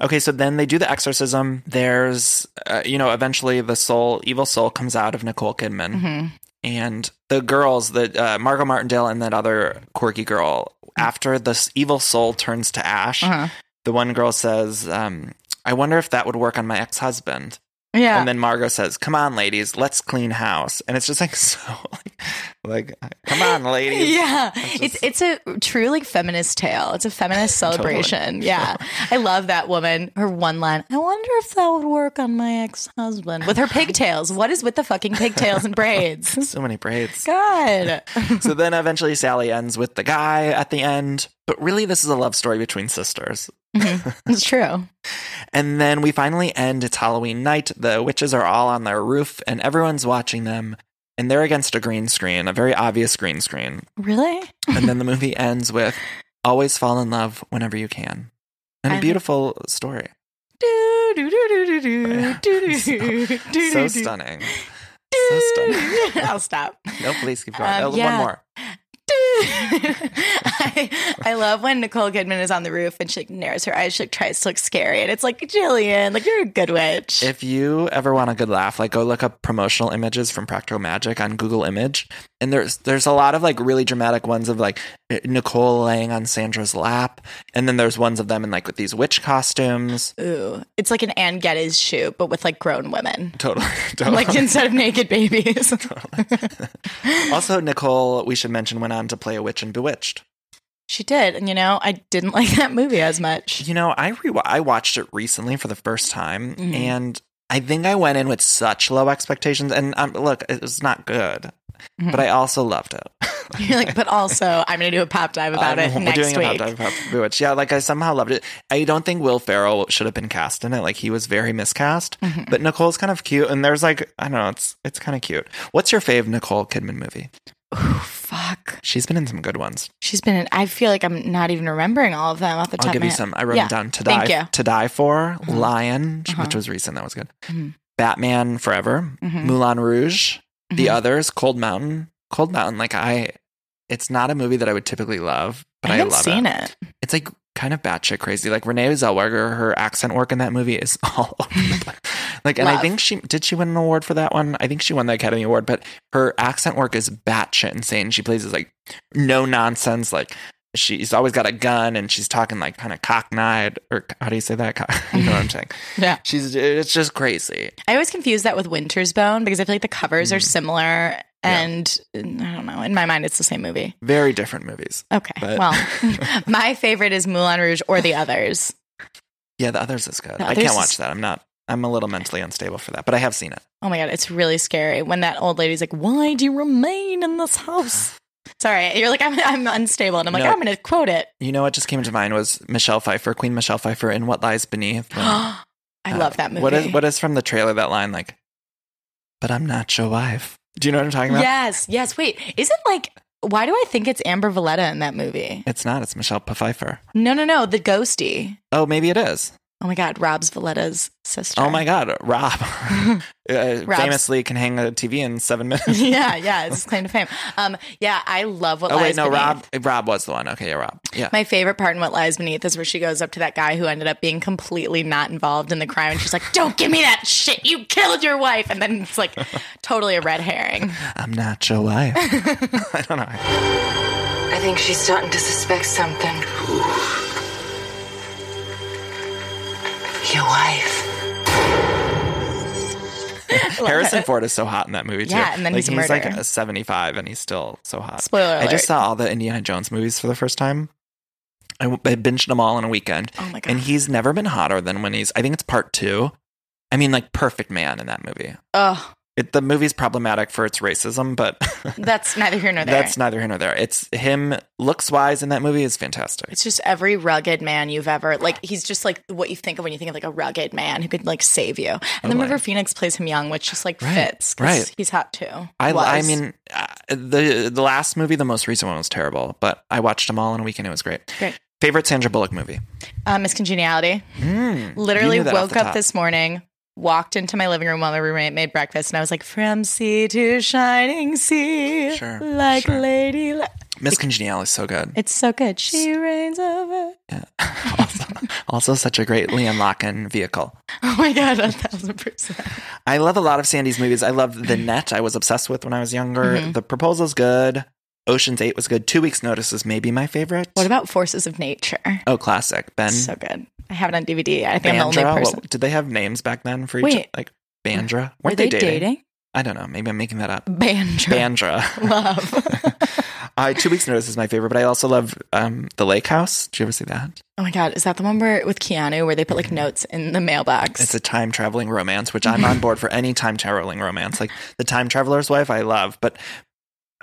Speaker 11: Okay, so then they do the exorcism. There's, uh, you know, eventually the soul, evil soul comes out of Nicole Kidman.
Speaker 8: Mm-hmm.
Speaker 11: and the girls, the uh, Margot Martindale and that other quirky girl,
Speaker 8: Mm.
Speaker 11: after this evil soul turns to ash,
Speaker 8: Uh-huh.
Speaker 11: the one girl says, um, "I wonder if that would work on my ex husband."
Speaker 8: Yeah.
Speaker 11: And then Margot says, "Come on, ladies, let's clean house." And it's just like so, like, like come on, ladies.
Speaker 8: Yeah, it's it's a true like feminist tale. It's a feminist celebration. Yeah, I love that woman. Her one line. I wonder if that would work on my ex husband with her pigtails. What is with the fucking pigtails and braids?
Speaker 11: So many braids.
Speaker 8: God.
Speaker 11: so then eventually Sally ends with the guy at the end. But really, this is a love story between sisters.
Speaker 8: It's true.
Speaker 11: And then we finally end. It's Halloween night. The witches are all on their roof and everyone's watching them. And they're against a green screen, a very obvious green screen.
Speaker 8: Really?
Speaker 11: And then the movie ends with always fall in love whenever you can. And
Speaker 8: I-
Speaker 11: a beautiful story.
Speaker 8: Do, do, do, do, do, do, do, do, do, do,
Speaker 11: So
Speaker 8: do.
Speaker 11: stunning. So stunning.
Speaker 8: I'll stop.
Speaker 11: Oh, No, please keep going.
Speaker 8: Um,
Speaker 11: Oh,
Speaker 8: yeah.
Speaker 11: One more.
Speaker 8: I, I love when Nicole Kidman is on the roof and she like narrows her eyes, she like tries to look scary, and it's like Jillian, like you're a good witch.
Speaker 1: If you ever want a good laugh, like go look up promotional images from Practical Magic on Google Image, and there's there's a lot of like really dramatic ones of like Nicole laying on Sandra's lap, and then there's ones of them in like with these witch costumes.
Speaker 8: Ooh, it's like an Anne Geddes shoot, but with like grown women.
Speaker 1: Totally, totally.
Speaker 8: like instead of naked babies.
Speaker 1: totally. also, Nicole, we should mention went on to play a witch in Bewitched.
Speaker 8: She did, and you know, I didn't like that movie as much.
Speaker 1: You know, I re- I watched it recently for the first time, mm-hmm. and I think I went in with such low expectations. And um, look, it was not good, mm-hmm. but I also loved it.
Speaker 8: You're like, but also, I'm going to do a pop dive about I'm, it next doing week.
Speaker 1: A pop dive about Bewitched. Yeah, like I somehow loved it. I don't think Will Ferrell should have been cast in it. Like he was very miscast. Mm-hmm. But Nicole's kind of cute, and there's like I don't know, it's it's kind of cute. What's your fave Nicole Kidman movie?
Speaker 8: Ooh, fuck.
Speaker 1: She's been in some good ones.
Speaker 8: She's been in. I feel like I'm not even remembering all of them off the top.
Speaker 1: I'll give
Speaker 8: of
Speaker 1: you some. I wrote yeah. them down. To die. To die for. Mm-hmm. Lion, uh-huh. which was recent. That was good. Mm-hmm. Batman Forever. Mm-hmm. Moulin Rouge. The others. Cold Mountain. Cold Mountain. Like I, it's not a movie that I would typically love, but I, I love
Speaker 8: seen it.
Speaker 1: it. It's like kind of batshit crazy. Like Renee Zellweger, her accent work in that movie is all over the place. Like, and Love. I think she did she win an award for that one? I think she won the Academy Award, but her accent work is batshit insane. She plays this like no nonsense, like she's always got a gun and she's talking like kind of cockeyed or how do you say that? you know what I'm saying?
Speaker 8: yeah.
Speaker 1: She's it's just crazy.
Speaker 8: I always confuse that with Winter's Bone because I feel like the covers mm. are similar and yeah. I don't know. In my mind, it's the same movie.
Speaker 1: Very different movies.
Speaker 8: Okay. But. Well, my favorite is Moulin Rouge or The Others.
Speaker 1: Yeah, The Others is good. The I can't watch is- that. I'm not. I'm a little mentally unstable for that, but I have seen it.
Speaker 8: Oh my god, it's really scary when that old lady's like, "Why do you remain in this house?" Sorry, you're like I'm, I'm unstable, and I'm like no, I'm going to quote it.
Speaker 1: You know what just came to mind was Michelle Pfeiffer, Queen Michelle Pfeiffer, in What Lies Beneath. When,
Speaker 8: I uh, love that movie.
Speaker 1: What is what is from the trailer? That line like, "But I'm not your wife." Do you know what I'm talking about?
Speaker 8: Yes, yes. Wait, isn't like why do I think it's Amber Valletta in that movie?
Speaker 1: It's not. It's Michelle Pfeiffer.
Speaker 8: No, no, no. The ghosty.
Speaker 1: Oh, maybe it is.
Speaker 8: Oh my God, Rob's Valletta's sister.
Speaker 1: Oh my God, Rob uh, famously can hang a TV in seven minutes.
Speaker 8: yeah, yeah, it's his claim to fame. Um, yeah, I love what.
Speaker 1: Oh
Speaker 8: lies
Speaker 1: wait, no,
Speaker 8: beneath.
Speaker 1: Rob. Rob was the one. Okay, yeah, Rob. Yeah.
Speaker 8: My favorite part in What Lies Beneath is where she goes up to that guy who ended up being completely not involved in the crime, and she's like, "Don't give me that shit. You killed your wife," and then it's like totally a red herring.
Speaker 1: I'm not your wife. I don't know.
Speaker 3: I think she's starting to suspect something. your wife.
Speaker 1: Harrison Ford is so hot in that movie too.
Speaker 8: Yeah, and then
Speaker 1: like,
Speaker 8: he's, he's
Speaker 1: like a 75 and he's still so hot.
Speaker 8: Spoiler alert.
Speaker 1: I just saw all the Indiana Jones movies for the first time. I, I binged them all in a weekend.
Speaker 8: Oh my god.
Speaker 1: And he's never been hotter than when he's I think it's part 2. I mean like perfect man in that movie.
Speaker 8: Oh.
Speaker 1: It, the movie's problematic for its racism, but
Speaker 8: that's neither here nor there.
Speaker 1: That's neither here nor there. It's him looks wise in that movie is fantastic.
Speaker 8: It's just every rugged man you've ever like. He's just like what you think of when you think of like a rugged man who could like save you. And oh, then River Phoenix plays him young, which just like
Speaker 1: right,
Speaker 8: fits.
Speaker 1: Right,
Speaker 8: he's hot too.
Speaker 1: I was. I mean uh, the the last movie, the most recent one was terrible, but I watched them all in a weekend. It was great.
Speaker 8: Great.
Speaker 1: Favorite Sandra Bullock movie?
Speaker 8: Uh, Miss Congeniality.
Speaker 1: Mm,
Speaker 8: Literally woke up this morning, walked into my living room while my roommate made breakfast, and I was like, "From sea to shining sea,
Speaker 1: sure,
Speaker 8: like
Speaker 1: sure.
Speaker 8: lady." La-.
Speaker 1: Miss Congenial is so good.
Speaker 8: It's so good. She S- reigns over.
Speaker 1: Yeah. also, also, such a great Liam Locken vehicle.
Speaker 8: Oh my god, a thousand percent.
Speaker 1: I love a lot of Sandy's movies. I love The Net. I was obsessed with when I was younger. Mm-hmm. The Proposal's good. Ocean's Eight was good. Two Weeks Notice is maybe my favorite.
Speaker 8: What about Forces of Nature?
Speaker 1: Oh, classic. Ben.
Speaker 8: So good. I have it on DVD. I think Bandra, I'm the only person. What,
Speaker 1: did they have names back then for
Speaker 8: Wait, each?
Speaker 1: Like Bandra?
Speaker 8: Were
Speaker 1: Weren't they,
Speaker 8: they dating? dating?
Speaker 1: I don't know. Maybe I'm making that up.
Speaker 8: Bandra.
Speaker 1: Bandra.
Speaker 8: Love.
Speaker 1: uh, Two Weeks Notice is my favorite, but I also love um, The Lake House. Did you ever see that?
Speaker 8: Oh my God. Is that the one where with Keanu where they put like notes in the mailbox?
Speaker 1: It's a time traveling romance, which
Speaker 8: Mm-hmm.
Speaker 1: I'm on board for any time traveling romance. Like The Time Traveler's Wife, I love. But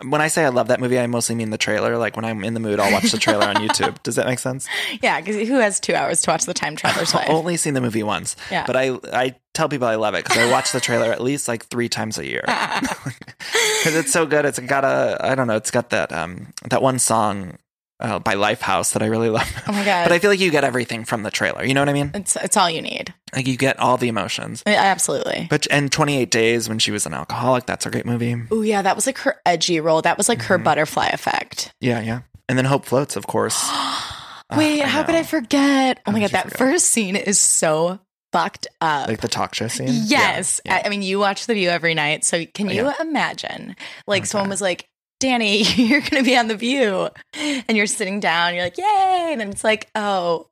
Speaker 1: when I say I love that movie, I mostly mean the trailer. Like when I'm in the mood, I'll watch the trailer on YouTube. Does that make sense?
Speaker 8: Yeah, because who has two hours to watch the Time Traveler's Wife?
Speaker 1: I've only seen the movie once.
Speaker 8: Yeah.
Speaker 1: but I I tell people I love it because I watch the trailer at least like three times a year because it's so good. It's got a I don't know. It's got that um that one song uh, by Lifehouse that I really love.
Speaker 8: Oh my god! Uh,
Speaker 1: But I feel like you get everything from the trailer. You know what I mean?
Speaker 8: It's it's all you need.
Speaker 1: Like you get all the emotions.
Speaker 8: I mean, absolutely.
Speaker 1: But and Twenty Eight Days when she was an alcoholic. That's a great movie.
Speaker 8: Oh yeah, that was like her edgy role. That was like her mm-hmm. butterfly effect.
Speaker 1: Yeah, yeah. And then Hope floats, of course. Ah,
Speaker 8: Wait, how could I forget? Oh my god, that first scene is so fucked up.
Speaker 1: like the talk show scene.
Speaker 8: Yes. I, I mean, you watch The View every night. So can you
Speaker 1: Oh, Yeah.
Speaker 8: imagine? Like, someone was like, Danny, you're going to be on The View. And you're sitting down, you're like, yay. And then it's like, oh,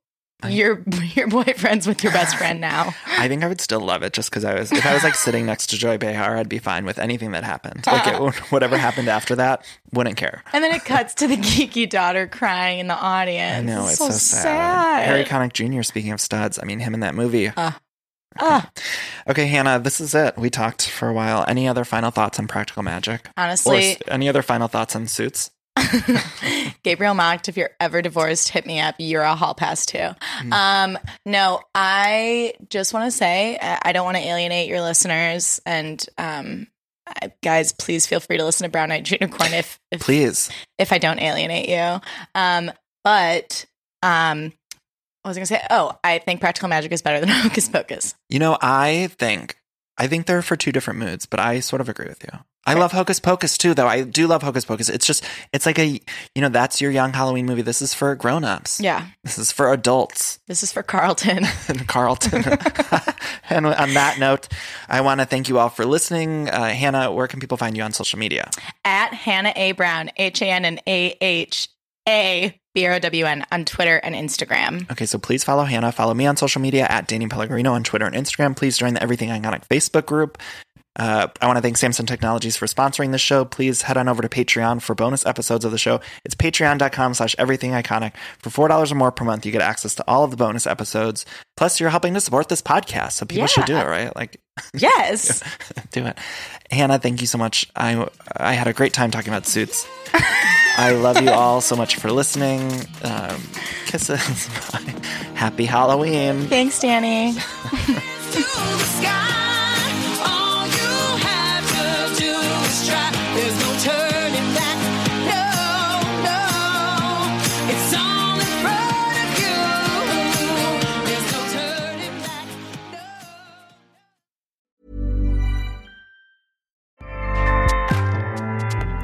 Speaker 8: your, your boyfriend's with your best friend now.
Speaker 1: I think I would still love it just because I was, if I was like sitting next to Joy Behar, I'd be fine with anything that happened. Like it, whatever happened after that, wouldn't care.
Speaker 8: And then it cuts to the geeky daughter crying in the audience.
Speaker 1: I know, it's so, sad.
Speaker 8: sad. Uh,
Speaker 1: Harry Connick Jr., speaking of studs, I mean, him in that movie.
Speaker 8: Ah.
Speaker 1: Okay, Hannah, this is it. We talked for a while. Any other final thoughts on practical magic?
Speaker 8: Honestly-
Speaker 1: Or s- any other final thoughts on suits?
Speaker 8: Gabriel Mocked, if you're ever divorced, hit me up. You're a hall pass too. Um, no, I just want to say uh, I I don't want to alienate your listeners, and um, I, guys, please feel free to listen to Brown Eyed Unicorn if if,
Speaker 1: Please.
Speaker 8: if I don't alienate you. Um, but um, what was I gonna say? Oh, I think Practical Magic is better than Hocus Pocus.
Speaker 1: You know, I think I think they're for two different moods, but I sort of agree with you. I love Hocus Pocus too, though. I do love Hocus Pocus. It's just it's like a you know that's your young Halloween movie. This is for grown ups.
Speaker 8: Yeah,
Speaker 1: This is for adults.
Speaker 8: this is for Carlton.
Speaker 1: and Carlton. and on that note, I want to thank you all for listening. Uh, Hannah, where can people find you on social media?
Speaker 8: at Hannah A. Brown, H A N and A H A B R O W N on Twitter and Instagram.
Speaker 1: Okay, so please follow Hannah. Follow me on social media at Danny Pellegrino on Twitter and Instagram. Please join the Everything Iconic Facebook group. Uh, I want to thank Samsung Technologies for sponsoring this show. Please head on over to Patreon for bonus episodes of the show. It's patreon.com slash everything iconic. For $4 or more per month, you get access to all of the bonus episodes. Plus, you're helping to support this podcast, so people should do it, right? Like,
Speaker 8: Yes.
Speaker 1: do it. Hannah, thank you so much. I, I had a great time talking about suits. I love you all so much for listening. Um, kisses. Bye. Happy Halloween.
Speaker 8: Thanks, Danny.
Speaker 12: There's no turning back. No, no. It's all in front of you. There's no turning back.